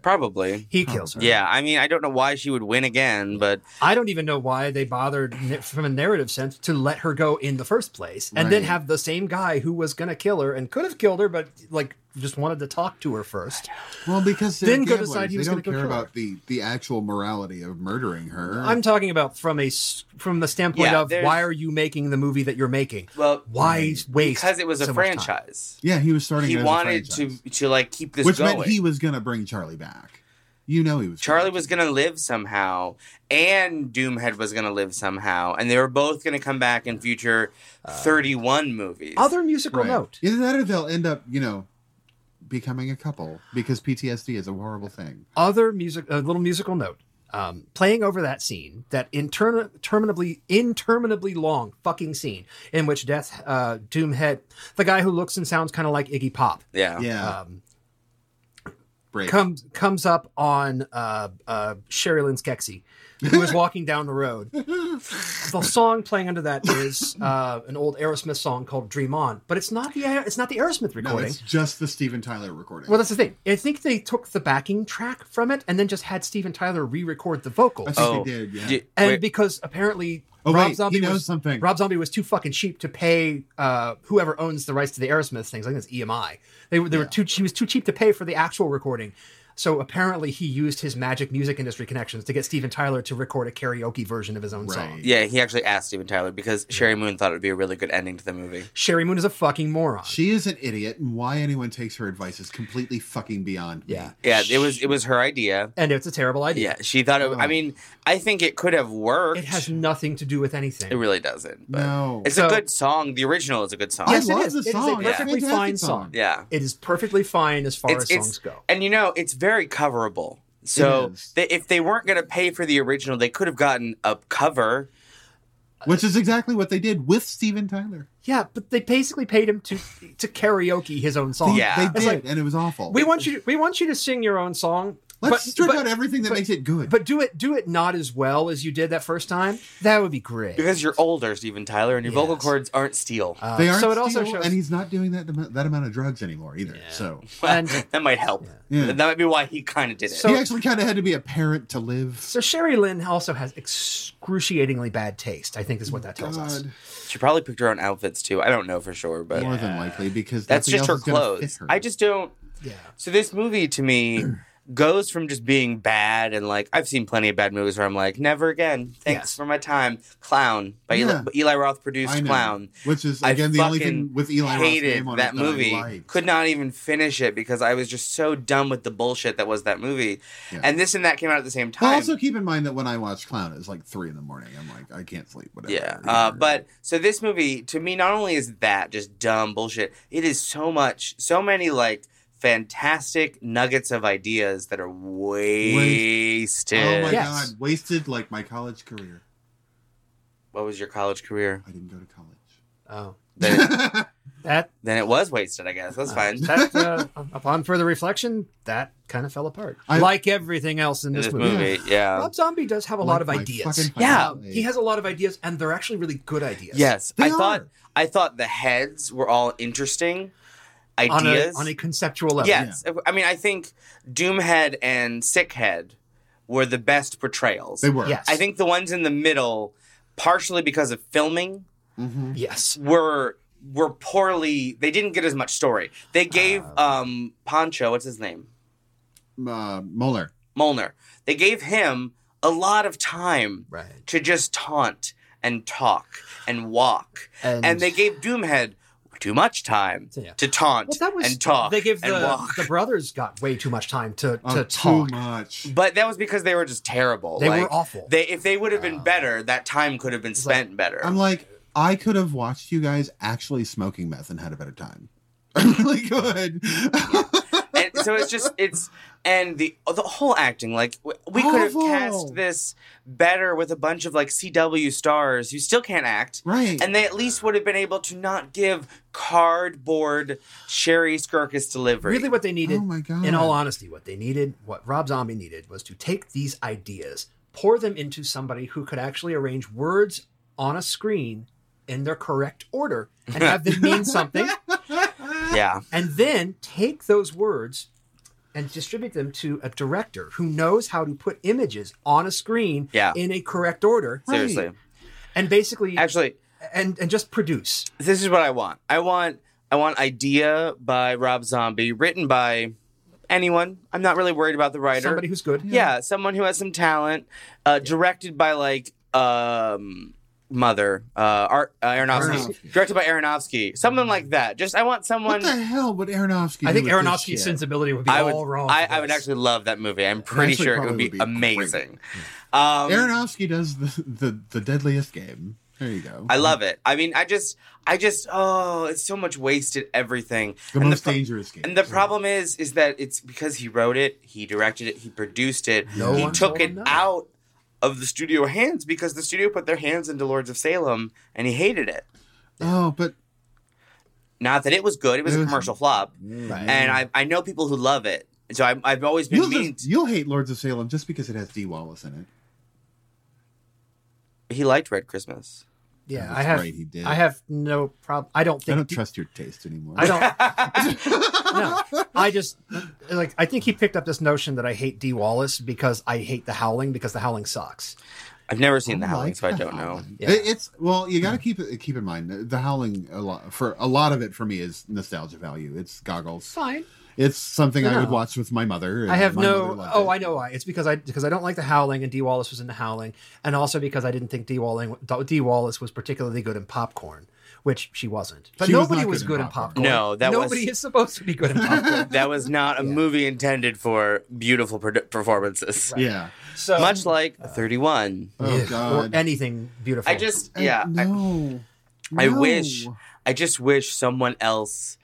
Probably.
He kills her.
Yeah. I mean, I don't know why she would win again, but
I don't even know why they bothered, n- from a narrative sense, to let her go in the first place, and then
Right.
have the same guy who was going to kill her and could have killed her, but like just wanted to talk to her first.
Well, because they're
Then go
gamblers.
decide he was
they
gonna
don't
go
care
kill her.
about the, the actual morality of murdering her.
I'm talking about from a s- from the standpoint
Yeah,
of
there's-
why are you making the movie that you're making?
well,
Why waste?
because it was a
so much time?
franchise.
yeah, he was starting.
He
it as a
wanted
franchise.
to to like keep this
which
going.
meant he was going to bring Charlie back. You know he was.
Charlie
gonna.
was going to live somehow, and Doomhead was going to live somehow, and they were both going to come back in future
Uh,
31 movies.
Other musical
Right.
note.
Either that, or they'll end up, you know, becoming a couple because PTSD is a horrible thing.
other music, a little musical note, um, playing over that scene, that intermin- interminably, interminably long fucking scene in which Death, uh,
Uh,
um, Doomhead, the guy who looks and sounds kind of like Iggy Pop,
yeah.
Yeah,
um,
break.
comes comes up on uh, uh, Sherry Lynn Skeksy, who is walking down the road. The song playing under that is uh, an old Aerosmith song called "Dream On," but it's not the it's not the Aerosmith
no,
recording.
it's just the Steven Tyler recording.
well, that's the thing. I think they took the backing track from it and then just had Steven Tyler re-record the vocals.
I think
Oh,
they did. Yeah.
d-
and
wait,
because apparently
Oh,
Rob
wait,
Zombie
he knows
was,
something.
Rob Zombie was too fucking cheap to pay uh, whoever owns the rights to the Aerosmith things. I think it's EMI. They, were- they were too. He was too cheap to pay for the actual recording. So apparently he used his magic music industry connections to get Steven Tyler to record a karaoke version of his own song.
Right.
yeah, he actually asked Steven Tyler because Sherry Moon thought it would be a really good ending to the movie.
Sherry Moon is a fucking moron.
She is an idiot, and why anyone takes her advice is completely fucking beyond me.
Yeah.
Yeah, it was it was her idea.
and it's a terrible idea.
Yeah, she thought it.
Oh.
I mean, I think it could have worked.
It has nothing to do with anything.
It really doesn't. But
No.
it's
So-
a good song. The original is a good song.
Yes,
I
it
love
is.
the
It is a
song. It's a
perfectly
fantastic
fine
song.
song.
Yeah.
It is perfectly fine as far as songs go.
And you know, it's very coverable. So
is.
they, if they weren't going to pay for the original, they could have gotten a cover.
Which is exactly what they did with Steven Tyler.
Yeah, but they basically paid him to to karaoke his own song.
Yeah.
They
It's
did,
like-
and it was awful.
we want you to, we want you to sing your own song.
Let's
but,
strip
but,
out everything that
but-
makes it good.
but do it do it not as well as you did that first time. That would be great.
Because you're older, Steven Tyler, and your vocal
Yes.
cords aren't steel.
Uh,
they aren't
so it also
steal,
shows
and he's not doing that am- that amount of drugs anymore either. So
and
that might help.
Yeah. Hmm.
That might be why he kind of did it.
So-
he actually kind of had to be a parent to live.
so Sherry Lynn also has excruciatingly bad taste. I think is what that tells us.
God,
she probably picked her own outfits too. I don't know for sure, but
more than likely because
that's
nothing
just her
else is gonna fit
clothes.
her.
I just don't.
Yeah.
So this movie to me goes from just being bad and like I've seen plenty of bad movies where I'm like never again. Thanks
Yes.
for my time, Clown by
Yeah.
Eli, Eli Roth
I
produced
know.
Clown.
which is
I
again the only
fucking
thing with Eli Roth's
hated
name on
that
it
movie.
That I liked.
Could not even finish it because I was just so done with the bullshit that was that movie.
Yeah.
And this and that came out at the same
Well,
time.
also keep in mind that when I watch Clown, it's like three in the morning. I'm like, I can't sleep. Whatever.
yeah, uh, but so this movie to me not only is that just dumb bullshit, it is so much, so many like fantastic nuggets of ideas that are wasted.
oh my
Yes.
god, wasted like my college career.
What was your college career?
I didn't go to college.
Oh,
Then,
that
then it was wasted, I guess. That's fine.
that uh, upon further reflection, that kind of fell apart.
I-
like everything else in
In
this,
this
movie.
movie, um, yeah.
Rob Zombie does have a
Like
lot of
my
ideas.
fucking
Yeah,
Um,
college.
he has a lot of ideas, and they're actually really good ideas.
Yes,
They
I
are.
thought I thought the heads were all interesting
on a,
ideas.
on a conceptual level.
yes, I mean I think Doomhead and Sickhead were the best portrayals.
They were.
Yes.
I think the ones in the middle, partially because of filming,
Mhm.
Yes.
were were poorly. They didn't get as much story. They gave
Ah.
um Pancho, what's his name,
Uh, Mueller.
Molnar. They gave him a lot of time
Right.
to just taunt and talk and walk.
And-
And, they gave Doomhead too much time
Yeah.
to taunt
Well, that was
and talk
They gave
and
the,
walk.
the brothers got way too much time to, to
Oh,
talk.
too much.
but that was because they were just terrible.
They were
Like,
awful. Ah.
They, if they would have been better, that time could have been spent better.
I'm like, I could have watched you guys actually smoking meth and had a better time. I really could.
and so it's just it's and the the whole acting like w- we could have
Awful.
cast this better with a bunch of like CW stars who still can't act.
right.
And they at least would have been able to not give cardboard Sherry Skirkus delivery.
Really, what they needed,
Oh my God.
in all honesty, what they needed, what Rob Zombie needed, was to take these ideas, pour them into somebody who could actually arrange words on a screen in their correct order and have them mean something,
Ah,
yeah.
and then take those words and distribute them to a director who knows how to put images on a screen
Yeah.
in a correct order
Seriously.
and basically
Actually,
and and just produce.
this is what I want. I want I want idea by Rob Zombie, written by anyone. I'm not really worried about the writer.
Somebody who's good.
yeah, someone who has some talent, uh, directed by like um, Mother uh, Ar- uh, Aronofsky.
Aronofsky.
directed by Aronofsky, someone like that. Just I want someone.
what the hell would Aronofsky?
I
do
think
with this
Aronofsky's
shit?
sensibility would be
I
all
would,
wrong.
I,
for
I would
this.
actually love that movie. I'm pretty
actually
sure it would
probably
be,
would be Hmm.
amazing. Um,
Aronofsky does the, the the deadliest game. There you go.
I love it. I mean, I just, I just, oh, it's so much wasted everything.
the
And
most
pro-
dangerous game.
And the problem is, is that it's because he wrote it, he directed it, he produced it.
No
he
one told
took it
him no.
out of the studio hands because the studio put their hands into Lords of Salem, and he hated it.
Oh, but
Not that it was good; it was
It
a
was-
commercial flop.
Right.
And I, I know people who love it. so I, I've always been
Mm. You'll,
meaning.
just, you'll hate Lords of Salem just because it has D Wallace in it.
to- he liked Red Christmas.
Yeah,
That's
I have.
right, he did.
I have no problem. I don't
I
think.
don't trust your taste anymore.
I don't. no, I just like. I think he picked up this notion that I hate D Wallace because I hate the Howling because the Howling sucks.
I've never seen The
I
Howling,
like
so I
The
don't know.
Howling.
Yeah.
It- it's well, you got to keep it keep in mind that the Howling a lot for a lot of it for me is nostalgia value. It's goggles.
Fine.
It's something I would
No.
watch with my mother. and
I have
my mother
no.
loved
Oh,
it.
I know why. It's because I because I don't like the Howling and D Wallace was in the Howling, and also because I didn't think D Walling D Wallace was particularly good in popcorn, which she wasn't. But
She was
nobody
not
was
good in
good in
popcorn.
popcorn.
No, that was-
nobody is supposed to be good in popcorn.
That was not a movie intended for beautiful produ- performances.
Yeah.
So
Much like 31.
Oh
Yeah, or
God.
anything beautiful.
I just,
I-
yeah. I-
No.
I
No.
wish- I just wish someone else,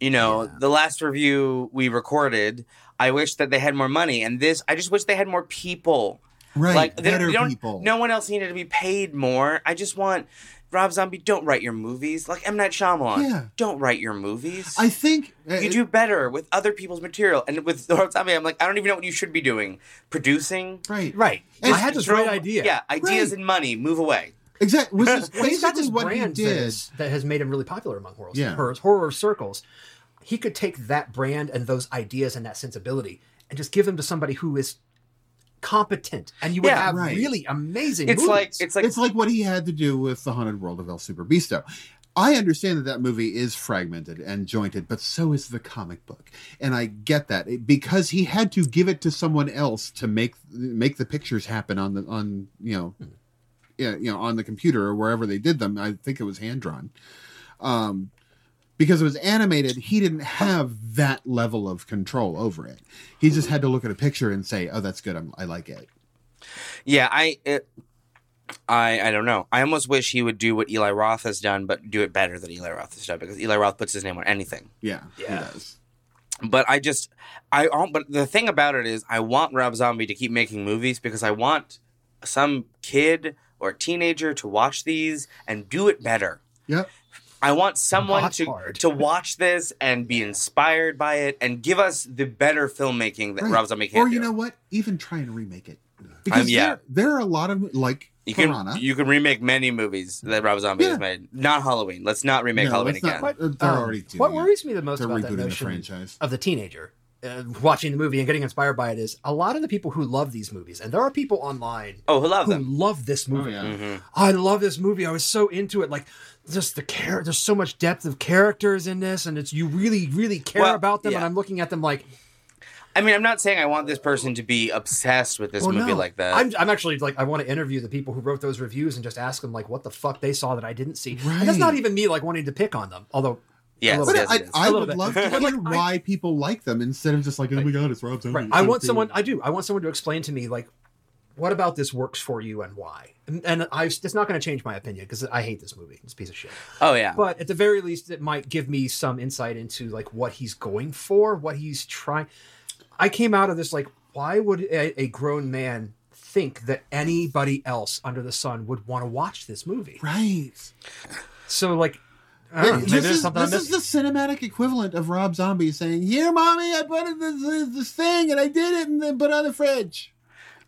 you know, the last review we recorded, I wish that they had more money. And this, I just wish they had more people.
Right.
like, they,
better
they don't,
people.
no one else needed to be paid more. I just want Rob Zombie, don't write your movies. Like M. Night Shyamalan,
Yeah.
don't write your movies.
I think uh,
you do better with other people's material. And with Rob Zombie, I'm like, I don't even know what you should be doing. Producing?
Right.
right.
And
I had this
Throw-
great idea.
Yeah, ideas
Right.
and money, move away.
Exactly. Which is
Well, he's got
basically
this
what he
brand that,
did.
is, that has made him really popular among horror,
Yeah.
horror, horror circles. He could take that brand and those ideas and that sensibility and just give them to somebody who is competent, and you would
Yeah,
have
right.
really amazing.
It's like
movies.
it's like
it's like what he had to do with the haunted world of El Super Bisto. I understand that that movie is fragmented and jointed, but so is the comic book, and I get that It- because he had to give it to someone else to make make the pictures happen on the on you know,
Hmm.
yeah, you know on the computer or wherever they did them. I think it was hand drawn. Um, because it was animated, he didn't have that level of control over it. He just had to look at a picture and say, "Oh, that's good. I'm, I like it."
Yeah, I, it, I, I don't know. I almost wish he would do what Eli Roth has done, but do it better than Eli Roth has done because Eli Roth puts his name on anything.
Yeah,
Yeah.
he does.
But I just, I, don't- but the thing about it is, I want Rob Zombie to keep making movies because I want some kid or teenager to watch these and do it better.
Yep.
I want someone
Watch
to
hard.
to watch this and be inspired by it and give us the better filmmaking that
Right.
Rob Zombie can
or
do. Um,
you know what even try and remake it because
yeah.
there, there are a lot of like
you can
piranha
you can remake many movies that Rob Zombie
Yeah.
has made. Not Halloween. Let's not remake
No,
Halloween
let's not.
again.
What? uh, they're already doing
what
it.
worries me the most
they're
about that
rebooting the
notion
franchise
of the teenager uh, watching the movie and getting inspired by it is a lot of the people who love these movies, and there are people online
Oh, who love
who
them? Mm-hmm.
love this movie.
Oh, yeah.
I love this movie. I was so into it. Like just the character. There's so much depth of characters in this, and it's you really, really care
Well,
about them.
yeah.
And I'm looking at them like,
I mean, I'm not saying I want this person to be obsessed with this
well,
movie
no.
like that.
I'm, I'm actually like, I want to interview the people who wrote those reviews and just ask them like, what the fuck they saw that I didn't see. And that's not
Right.
even me like wanting to pick on them. Although,
Yes,
a little bit.
but
yes,
I,
it is.
I
A little
would
bit.
love to hear
But, like, I-
why people like them instead of just like, oh my god, it's Rob Zombie.
Right.
it's
I
so
want
cool."
someone. I do. I want someone to explain to me like, what about this works for you and why? And, and I, it's not going to change my opinion because I hate this movie. It's a piece of shit.
Oh yeah.
But at the very least, it might give me some insight into like what he's going for, what he's trying. I came out of this like, why would a, a grown man think that anybody else under the sun would want to watch this movie?
Right.
So like, I don't know,
This,
maybe there's
is,
something I
this is
missed.
the cinematic equivalent of Rob Zombie saying, "Here, mommy, I put in this, this thing and I did it, and then put it on the fridge."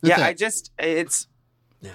That's
yeah, I
it.
just it's.
Yeah.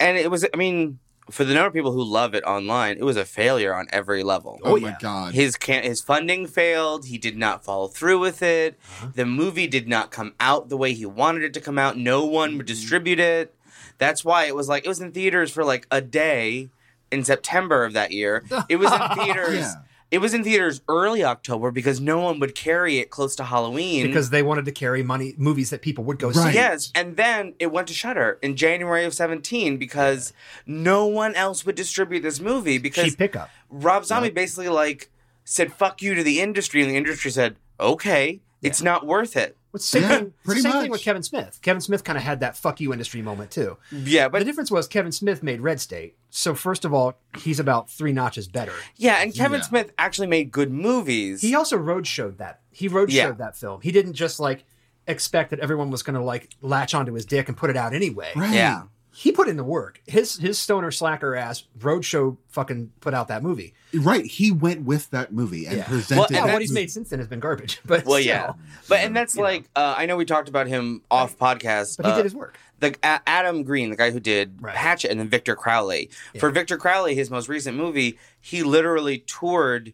And it was. I mean, for the number of people who love it online, it was a failure on every level.
oh,
oh,
my
yeah.
god.
His can his funding failed. He did not follow through with it. The movie did not come out the way he wanted it to come out. No one would distribute it. That's why it was like it was in theaters for like a day in September of that year. It was in theaters.
Yeah.
It was in theaters early October because no one would carry it close to Halloween.
because they wanted to carry money movies that people would go
Right.
see.
yes, and then it went to Shutter in January of 17 because no one else would distribute this movie because
Cheap pickup.
Rob Zombie basically like said fuck you to the industry, and the industry said, "Okay, it's not worth it."
It's the same,
Yeah,
thing, it's the
pretty
same
much.
thing with Kevin Smith. Kevin Smith kind of had that fuck you industry moment too.
Yeah,
But the
but
difference was Kevin Smith made Red State. So first of all, he's about three notches better.
yeah, and Kevin
Yeah.
Smith actually made good movies.
He also roadshowed that. He roadshowed
Yeah.
that film. He didn't just like expect that everyone was going to like latch onto his dick and put it out anyway.
Right.
yeah,
he put in the work. His his stoner slacker ass roadshow fucking put out that movie.
Right. He went with that movie and
Yeah.
presented
Well,
Yeah,
and
that
what he's
movie.
made since then has been garbage. But
Well,
still,
yeah. But and that's like uh, I know we talked about him off podcast.
but he
uh,
did his work.
the A- Adam Green, the guy who did
Right.
Hatchet, and then Victor Crowley. For Victor Crowley, his most recent movie, he literally toured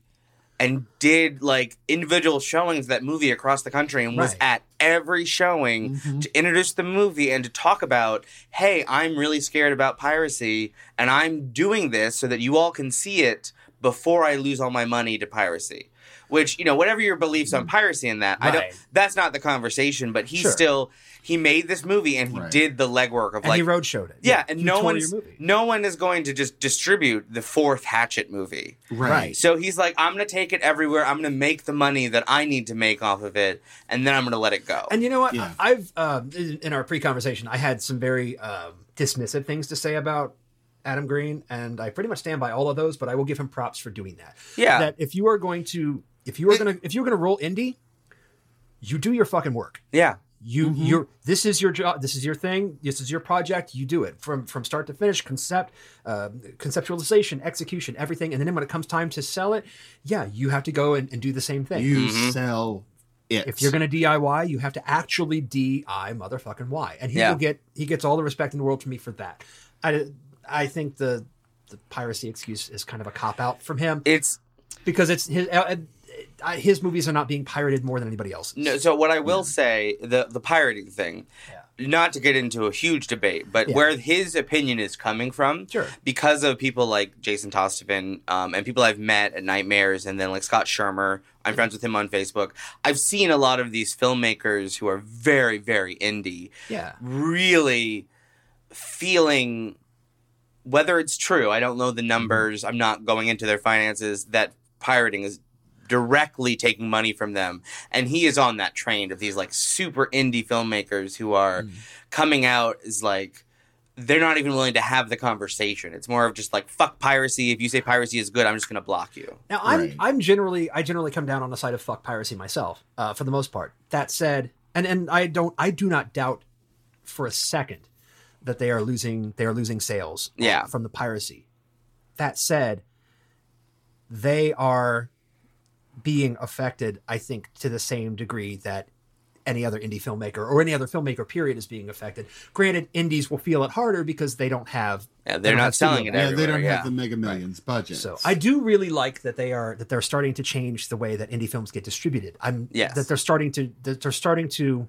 and did like individual showings of that movie across the country and was
Right. Mm-hmm.
at every showing
Mhm.
to introduce the movie and to talk about, hey, I'm really scared about piracy and I'm doing this so that you all can see it before I lose all my money to piracy. Which, you know, whatever your beliefs on piracy and that, I
Mm-hmm. Right.
don't that's not the conversation, but he
Sure.
still he made this movie and he
Right.
did the legwork of
And
like
he roadshowed it.
yeah, and
He
no
tore
one's
your movie.
no one is going to just distribute the fourth Hatchet movie.
Right.
So he's like, I'm gonna take it everywhere. I'm gonna make the money that I need to make off of it, and then I'm gonna let it go.
And you know what?
Yeah.
I've um, in in our pre-conversation, I had some very um, dismissive things to say about Adam Green, and I pretty much stand by all of those. But I will give him props for doing that.
Yeah.
That if you are going to, if you are going to, if you're going to roll indie, you do your fucking work.
yeah,
You,
Mm-hmm.
you're. This is your job. This is your thing. This is your project. You do it from from start to finish. Concept, uh, conceptualization, execution, everything. And then when it comes time to sell it, yeah, you have to go and, and do the same thing.
You
Mm-hmm.
sell it.
If you're going to DIY, you have to actually DI motherfucking Y, and he
Yeah.
will get he gets all the respect in the world from me for that. I I think the the piracy excuse is kind of a cop out from him
it's
because it's his uh, uh, his movies are not being pirated more than anybody else's.
no. So what I will say, the the pirating thing, not to get into a huge debate, but
Yeah.
where his opinion is coming from,
Sure.
because of people like Jason Tostevin um, and people I've met at Nightmares, and then like Scott Shermer. I'm friends with him on Facebook. I've seen a lot of these filmmakers who are very, very indie.
Yeah.
really feeling whether it's true. I don't know the numbers. I'm not going into their finances. That pirating is directly taking money from them, and he is on that train of these like super indie filmmakers who are coming out as like. They're not even willing to have the conversation. It's more of just like fuck piracy. If you say piracy is good, I'm just gonna block you.
Now I'm
Right.
I'm generally I generally come down on the side of fuck piracy myself uh, for the most part. That said, and and I don't I do not doubt for a second that they are losing they are losing sales uh,
Yeah.
from the piracy. That said, they are being affected I think to the same degree that any other indie filmmaker or any other filmmaker period is being affected. Granted, indies will feel it harder because they don't have
Yeah,
They
they're
don't
not
have studio
selling it.
yeah, they
everywhere,
don't
yeah.
have the Mega Millions budget.
So I do really like that they are that they're starting to change the way that indie films get distributed. I'm
Yes.
that they're starting to that they're starting to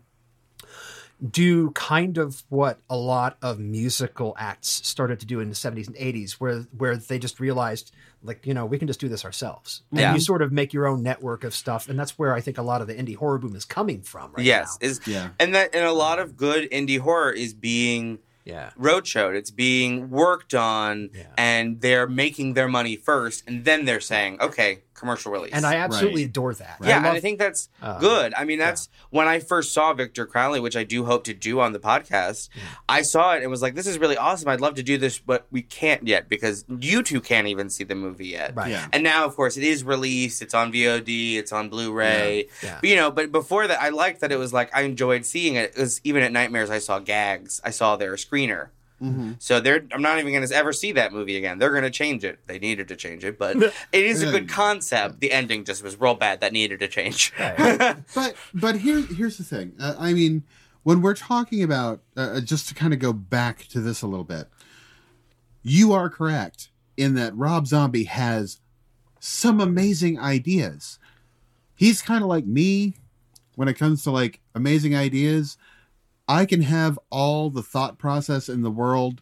do kind of what a lot of musical acts started to do in the 70s and 80s where where they just realized like you know we can just do this ourselves and
Yeah.
you sort of make your own network of stuff and that's where i think a lot of the indie horror boom is coming from right
yes, is
Yeah.
and that and a lot of good indie horror is being
now. yeah
roadshowed. It's being worked on,
Yeah.
and they're making their money first, and then they're saying, "Okay, commercial release."
and i absolutely
Right.
adore that
yeah, and
love-
I think that's
uh,
good. I mean, that's when I first saw Victor Crowley, which I do hope to do on the podcast.
Mm.
I saw it and was like, "This is really awesome. I'd love to do this, but we can't yet because you two can't even see the movie yet."
Uh, right
Yeah.
And now, of course, it is released. It's on VOD. It's on Blu-ray.
Yeah.
But, you know, but before that, I liked that it was like I enjoyed seeing it. It was even at Nightmares. I saw gags. I saw their screener.
Mhm.
So they're I'm not even going to ever see that movie again. They're going to change it. They needed to change it, but it is a
Mm.
good concept. The ending just was real bad. That needed to change.
But but here here's the thing. Uh, I mean, when we're talking about uh, just to kind of go back to this a little bit, you are correct in that Rob Zombie has some amazing ideas. He's kind of like me when it comes to like amazing ideas. I can have all the thought process in the world,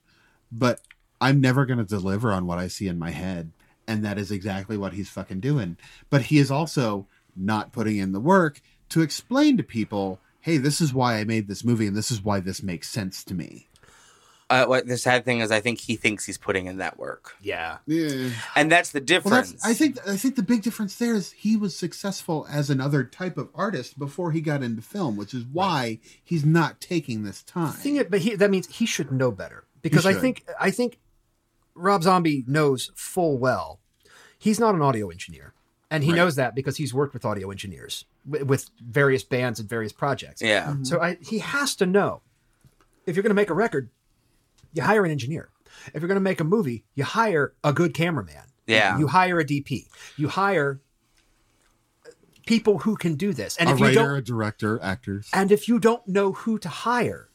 but I'm never going to deliver on what I see in my head. And that is exactly what he's fucking doing. But he is also not putting in the work to explain to people, hey, this is why I made this movie and this is why this makes sense to me.
Uh, what the sad thing is, I think he thinks he's putting in that work,
yeah
Yeah.
and that's the
Well,
difference.
that's, I think I think the big difference there is he was successful as another type of artist before he got into film, which is why he's not taking this time.
thing is- but he, that means he should know better because I
should.
think I think Rob Zombie knows full well he's not an audio engineer, and he knows that because he's worked with audio engineers wi- with various
Mm-hmm.
bands and various projects.
Yeah.
So I, he has to know if you're going to make a record, you hire an engineer. If you're going to make a movie, you hire a good cameraman.
Yeah.
You hire a DP. You hire uh, people who can do this. And
a
if you
writer,
don't
a director, actors.
and if you don't know who to hire,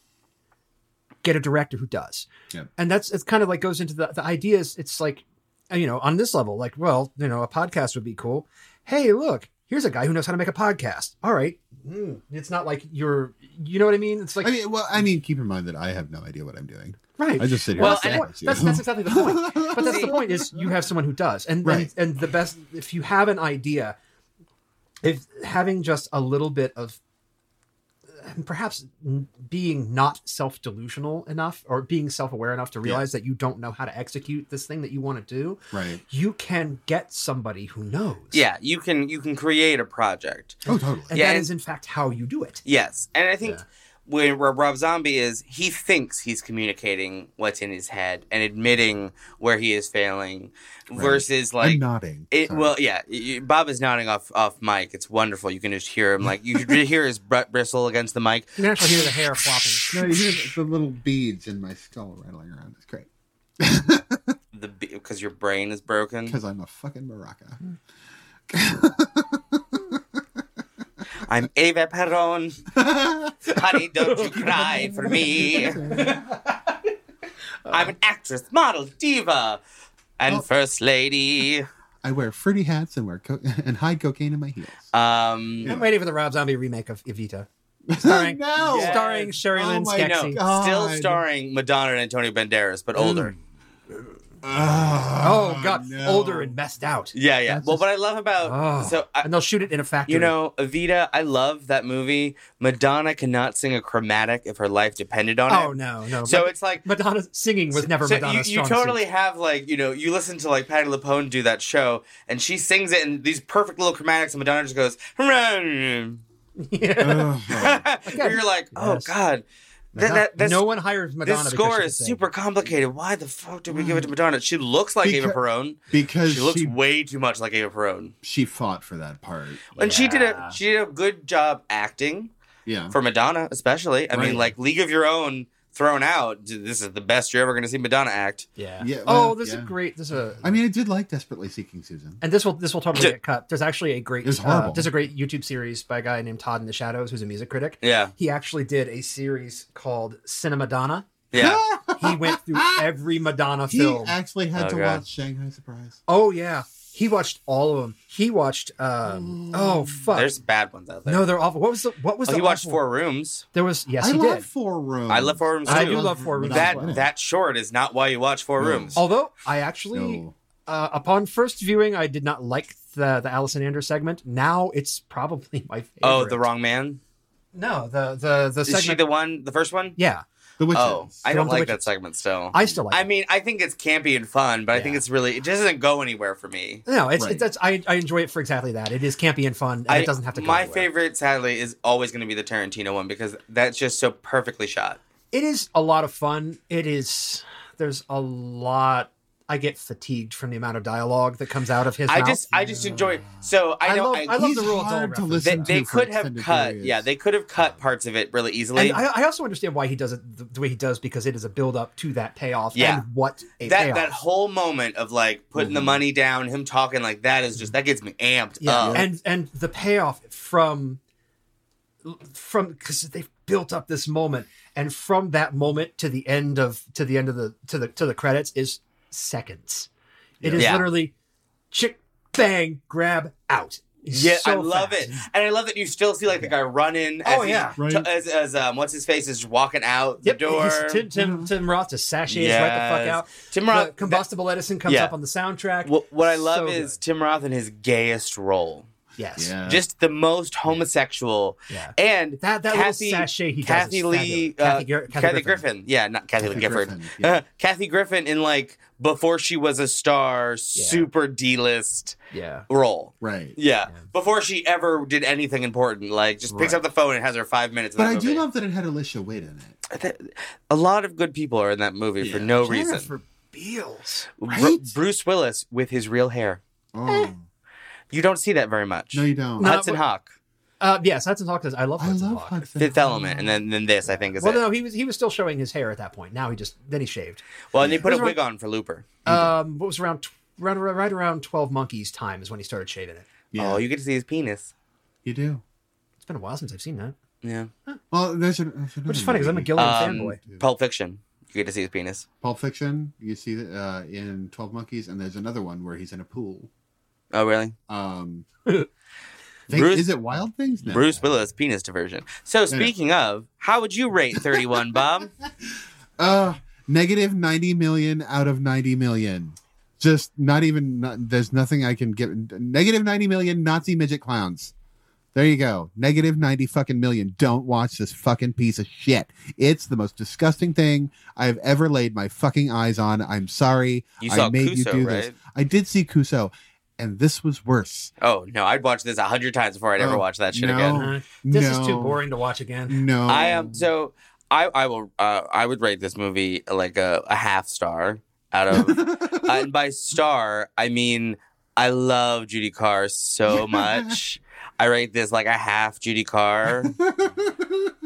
get a director who does.
Yep.
And that's it's kind of like goes into the the idea is it's like uh, you know, on this level, like, well, you know, a podcast would be cool. Hey, look, here's a guy who knows how to make a podcast. All right. Mm, it's not like you're you know what I mean? It's like
I mean, well, I mean, keep in mind that I have no idea what I'm doing.
right.
I just sit here.
Well,
and
That's the
stare at
point. that's,
you.
that's exactly the point. But that's the point is you have someone who does, and
Right.
and, and the best if you have an idea, if having just a little bit of and perhaps n- being not self delusional enough or being self aware enough to realize that you don't know how to execute this thing that you want to do,
right.
you can get somebody who knows.
Yeah, you can you can create a project.
Oh, totally.
and
Yeah,
that
and-
is in fact how you do it.
Yes, and I think
Yeah.
where, where Rob Zombie is, he thinks he's communicating what's in his head and admitting where he is failing,
Right.
versus
I'm
like
nodding.
It
Sorry.
well, yeah. y- y- Bob is nodding off off mic. It's wonderful. You can just hear him like you could hear his br- bristle against the mic.
You can actually hear the hair flopping.
No, you hear the little beads in my skull rattling around. It's great
The because your brain is broken.
because I'm a fucking maraca.
I'm Eva Peron. Honey, don't you cry for me. I'm an actress, model, diva, and
Oh.
first lady.
I wear fruity hats and wear co- and hide cocaine in my heels.
Um,
I'm waiting for the Rob Zombie remake of Evita, starring
No!
starring Sherry
Oh
Lynn
my
Skeksy.
God.
still
God. Mm.
starring Madonna and Antonio Banderas, but older.
Oh,
oh
god,
no.
older and messed out.
Yeah, yeah.
That's
well,
just- Ah.
what I love about
Oh.
so I,
and they'll shoot it in a factory.
You know, Evita, I love that movie. Madonna cannot sing a chromatic if her life depended on
oh
it.
no, no.
So
Ma-
it's like
Madonna singing was never
so you,
Madonna's
you
strong
totally
suit.
have like you know you listen to like Patty LuPone do that show and she sings it in these perfect little chromatics and Madonna just goes you're
Yeah.
Ugh.
like oh
Yes.
god that,
Madonna-
that, that's,
no one hires Madonna.
this
because Mm.
score
she can
is
sing.
super complicated why the fuck did we give it to Madonna she looks like Ava
Because-
Perone
because
she
she,
looks
she
way too much like Ava Perone
fought for that part.
and she did a
Yeah.
she did a good job acting
Yeah.
for Madonna, especially. I
Right.
mean, like League of Your Own thrown out. d- This is the best you're ever going to see Madonna act.
Yeah.
Yeah, well,
oh, there's
yeah.
a great. There's a.
I mean, I did like Desperately Seeking Susan.
and this will this will totally get cut. There's actually a great.
It was
Uh,
horrible.
there's a great YouTube series by a guy named Todd in the Shadows, who's a music critic.
Yeah,
He actually did a series called Cinemadonna.
yeah.
He went through every Madonna
he
film.
actually had
Oh,
to
God.
watch Shanghai Surprise.
oh yeah, he watched all of them. He watched. um Oh fuck.
There's bad ones out there.
no, they're awful. What was the what was
Oh,
the
he watched
awful-
Four Rooms.
There was yes, he
I love
did.
Four Rooms.
I love Four Rooms
I
too.
do love Four Rooms
that
as well.
that short is not why you watch Four
No.
Rooms.
Although I actually,
No.
uh, upon first viewing, I did not like the the Allison Anders segment. Now it's probably my favorite.
oh, the wrong man.
No, the the the
Is she
segment.
the one? The first one?
yeah,
The Witches.
Oh, I
The
don't
one with
like
the
that
witches.
segment still.
I still like.
I
it.
mean, I think it's campy and fun, but I think
Yeah.
it's really it just doesn't go anywhere for me.
No, it's,
Right.
it's that's I, I enjoy it for exactly that. It is campy and fun, and
I-
it doesn't have to. Go
my
anywhere.
favorite, sadly, is always going to be the Tarantino one because that's just so perfectly shot.
It is a lot of fun. It is. There's a lot. I get fatigued from the amount of dialogue that comes out of his
I
mouth.
just, I just enjoy. So I,
I
know
love- I love
He's
the rule of
hard
Dahl reference.
to listen
they, they
to for
could have
extended
cut
periods.
yeah they could have cut parts of it really easily
and I, I also understand why he does it the, the way he does because it is a build up to that payoff.
Yeah.
and what a
that
payoff.
that whole moment of like putting the
Mhm.
money down him talking like that is just that gets me amped
Mm-hmm. yeah
up
and and the payoff from from because they've built up this moment and from that moment to the end of to the end of the to the to the credits is seconds it is
Yeah.
literally chick bang grab out It's
yeah i
so
love
fast.
it and i love that you still see like the guy running
Oh,
as
yeah.
he's,
Right.
as, as um what's his face is just walking out
Yep,
the door
he's- Tim Tim Tim Roth just sashays right the
Yes.
fuck out.
tim
The
roth that-
combustible Edison comes
yeah.
up on the soundtrack.
what, what i love
So
is tim roth in his gayest role
good. yes,
Yeah.
just the most homosexual
yeah.
and
That that
Kathy-
little sachet he
Kathy
does is
Lee,
fabulous.
uh,
Kathy, Gar- Kathy
Kathy Griffin. Yeah, not Kathy Lee
Kathy
Gifford.
Griffin, yeah.
Uh, Kathy Griffin in like before she was a star, super D list
Yeah,
role.
Right.
Yeah.
Yeah.
before she ever did anything important, like just picks
Right.
up the phone and has her five minutes. in
But
that
I do
movie.
love that it had Alicia Witt in it.
Th- a lot of good people are in that movie for
Yeah.
no reason.
Jennifer Beals.
Bru-
Right?
Bruce Willis with his real hair.
Oh.
You don't see that very much.
No, you don't.
No.
Hudson
but-
Hawk.
Uh, yes, Hudson Hawk does. I love
I
Hudson
love
Hawk.
Hudson.
Fifth
Hawk.
Element, and then, then this I think is
Well,
it.
no, he was he was still showing his hair at that point. Now he just then he shaved.
well, and they put a
Those were-
wig on for Looper.
Um, what was around tw- right, around- right around Twelve Monkeys time is when he started shaving it.
Yeah,
Oh,
you,
you get to see his penis.
do.
It's been a while since I've seen that,
Yeah,
Well, there's, a,
which is
there's another
funny because I'm a
movie.
Gilliam
Um,
fanboy.
Pulp Fiction. You get to see his penis.
Pulp Fiction. You see that uh, in Twelve Monkeys, and there's another one where he's in a pool.
Oh, really?
Um, think-
Bruce-
is it Wild Things? No.
Bruce Willis penis diversion. So speaking of, how would you rate 31, Bob?
Uh, negative ninety million out of ninety million. Just not even. Not, there's nothing I can get. Negative ninety million Nazi midget clowns. There you go. Negative ninety fucking million. Don't watch this fucking piece of shit. It's the most disgusting thing I've ever laid my fucking eyes on. I'm sorry.
You
I
saw
made you
Cuso,
do
right?
this. I did see Cuso, and this was worse.
Oh no, I'd watch this a hundred times before I'd ever
Oh,
watch that shit
no.
again.
Uh, this is too
No.
boring to watch again.
No,
I am so I I will uh, I would rate this movie uh, like a, a half star out of and by star I mean I love Judy Carr so much. I rate this like a half Judy Carr,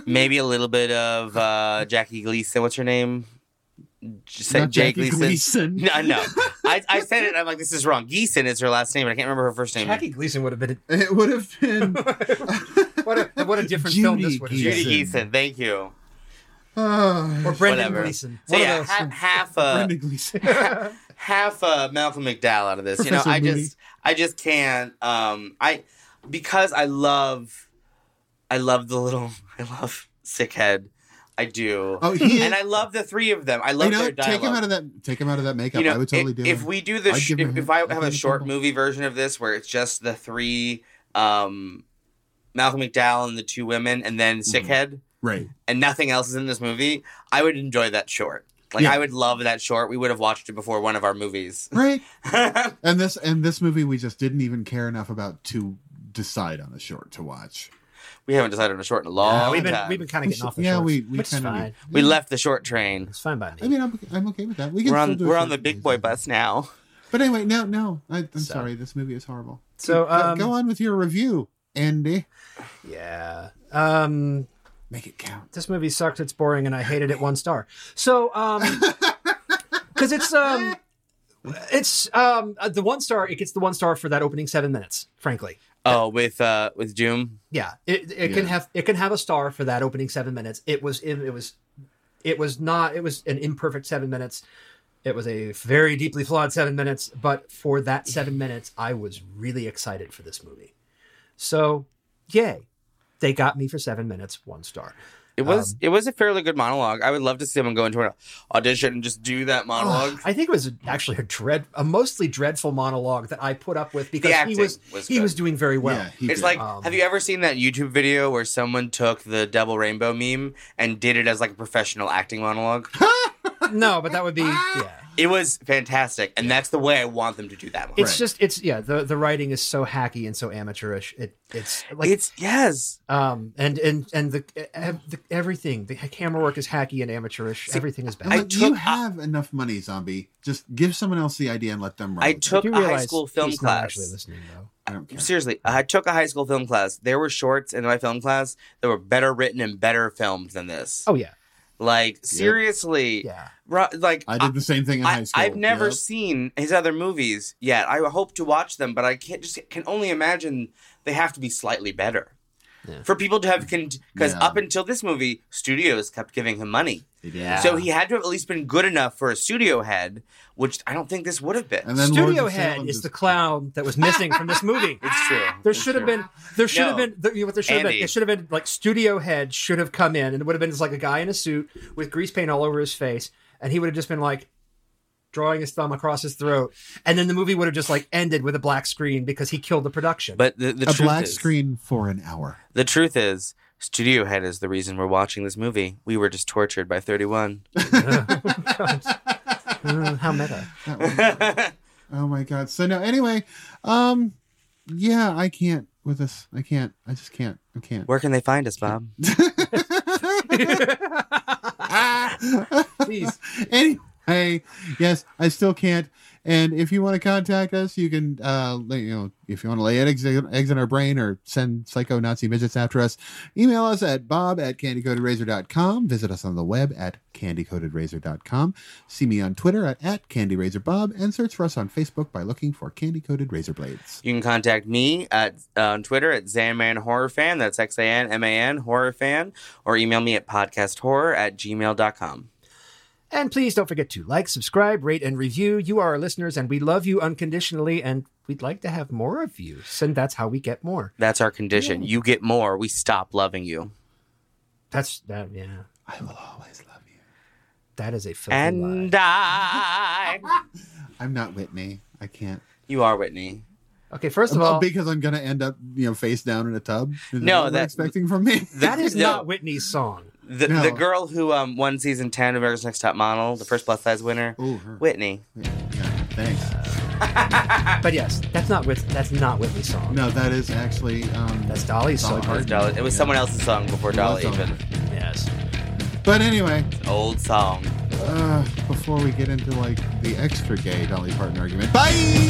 maybe a little bit of uh, Jackie Gleason. What's her name? Just say
Not
Jay
Jackie
Gleason.
Gleason.
No, no. I, I said it. I'm like, this is wrong. Geeson is her last name, but I can't remember her first name.
Jackie Gleason would have been.
It would have been.
what a what a different film
Judy
this would have
Judy
been.
Gleason.
Geeson. Thank you.
Or
Uh,
Brendan
Whatever.
Gleason.
So
One
yeah,
of those.
ha- half a
Brendan Gleeson.
half a Malcolm McDowell out of this. You know,
Professor
I
Moody.
just I just can't. Um, I because I love I love the little I love Sickhead. I do,
Oh, he is.
and I love the three of them. I love
you know,
their dialogue.
take him out of that. Take him out of that makeup.
you know,
I would totally
if,
do
if
it.
we do the
I'd
sh-
give
if,
him-
if I
I'd
have
give
a
him
short
Bumble.
movie version of this where it's just the three um Malcolm McDowell and the two women and then
Mm-hmm.
Sickhead
right.
and nothing else is in this movie, I would enjoy that short. Like
Yeah.
I would love that short. We would have watched it before one of our movies.
Right.
yeah,
And this and this movie, we just didn't even care enough about to decide on a short to watch.
we haven't decided on a short in a long
we've been
time.
we've been kind of getting off the
yeah,
shorts,
we we
which is
kind of
fine.
we left the short train.
It's fine by me.
I mean, I'm, I'm okay with that. We can
We're
still
on
do a
we're
short
on the big
movie.
boy bus now.
But anyway, no, no. I, I'm
So.
sorry. This movie is horrible.
So,
Go-
um,
go on with your review, Andy.
yeah. Um,
Make it count.
this movie sucked. It's boring, and I hated it one star. So, um, because it's um, it's um, uh, the one star. It gets the one star for that opening seven minutes. Frankly,
Oh, with uh with Doom.
yeah. It it can
Yeah.
have it can have a star for that opening seven minutes. It was it, it was it was not it was an imperfect seven minutes. It was a very deeply flawed seven minutes. But for that seven minutes, I was really excited for this movie. So, yay. They got me for seven minutes, one star.
It was
Um,
it was a fairly good monologue. I would love to see someone go into an audition and just do that monologue.
I think it was actually a dread, a mostly dreadful monologue that I put up with because he
acting
was,
was
he
good.
was doing very well.
yeah, he
It's
did.
like,
Um,
have you ever seen that YouTube video where someone took the double rainbow meme and did it as like a professional acting monologue?
No, but that would be yeah.
It was fantastic, and that's the way I want them to do that. One.
It's just it's yeah. The the writing is so hacky and so amateurish. It it's like
it's yes.
um and and and the, ev- the everything the camera work is hacky and amateurish. Everything is bad.
I'm
I
like, you
took- uh, I-
have enough money, zombie. Just give someone else the idea and let them run.
I
with it.
took
do
a high school film
he's Not
class.
actually listening though.
I don't care.
Seriously, I took a high school film class. There were shorts in my film class that were better written and better filmed than this.
Oh yeah,
Like seriously,
yeah.
ro- like
I did the same thing in high school.
have never
Yep.
seen his other movies yet. I hope to watch them, but I can't just can only imagine they have to be slightly better.
Yeah.
For people to have, because
Yeah.
up until this movie, studios kept giving him money,
It is.
Yeah.
so he had to have at least been good enough for a studio head, which I don't think this would have been.
And then Lords
Studio
of Salem
head is
just-
the clown that was missing from this movie.
it's true.
There
It's
should have
true.
been. There should have
No.
been. There, you know what there should have been?
Andy.
It should have been like studio head should have come in, and it would have been just like a guy in a suit with grease paint all over his face, and he would have just been like drawing his thumb across his throat, and then the movie would have just like ended with a black screen because he killed the production.
But the, the
a
truth
black
is-
screen for an hour.
The truth is, Studio Head is the reason we're watching this movie. We were just tortured by 31.
Uh, Oh, how meta.
That was- oh my god. So no. Anyway, um, yeah, I can't with this. I can't. I just can't. I can't.
Where can they find us, Bob?
Ah!
Please.
anyway, yes, I still can't. And if you want to contact us, you can, uh, lay- you know, if you want to lay eggs, eggs in our brain or send psycho Nazi midgets after us, email us at bob at candycoatedrazor.com. Visit us on the web at candycoatedrazor.com. See me on Twitter at, at candyrazorbob and search for us on Facebook by looking for Candy Coated Razor Blades.
You can contact me at uh, on Twitter at Zanman Horror Fan. That's X A N M A N Horror Fan, or email me at podcasthorror at gmail.com.
And please don't forget to like, subscribe, rate, and review. You are our listeners, and we love you unconditionally, and we'd like to have more of you. And that's how we get more.
That's our condition. You get more, we stop loving you.
That's that. Yeah,
I will always love you.
that is a filthy
And
lie.
I.
I'm not Whitney. I can't.
You are Whitney.
Okay, first of all,
because I'm gonna end up, you know, face down in a tub. Is
No,
what they're
that-
expecting from me.
that is
No.
not Whitney's song.
The,
No.
the girl who um, won season 10 of America's Next Top Model, the first plus size winner,
Oh, her.
Whitney.
Yeah, thanks.
But yes, that's not with that's not Whitney's song.
No, that is actually. Um,
That's Dolly's
Dolly
song.
Parton.
Dolly- It was
Yeah.
someone else's song before Dolly,
Dolly.
even.
Yes.
But anyway,
Old song.
uh, before we get into like the extra gay Dolly Parton argument, bye.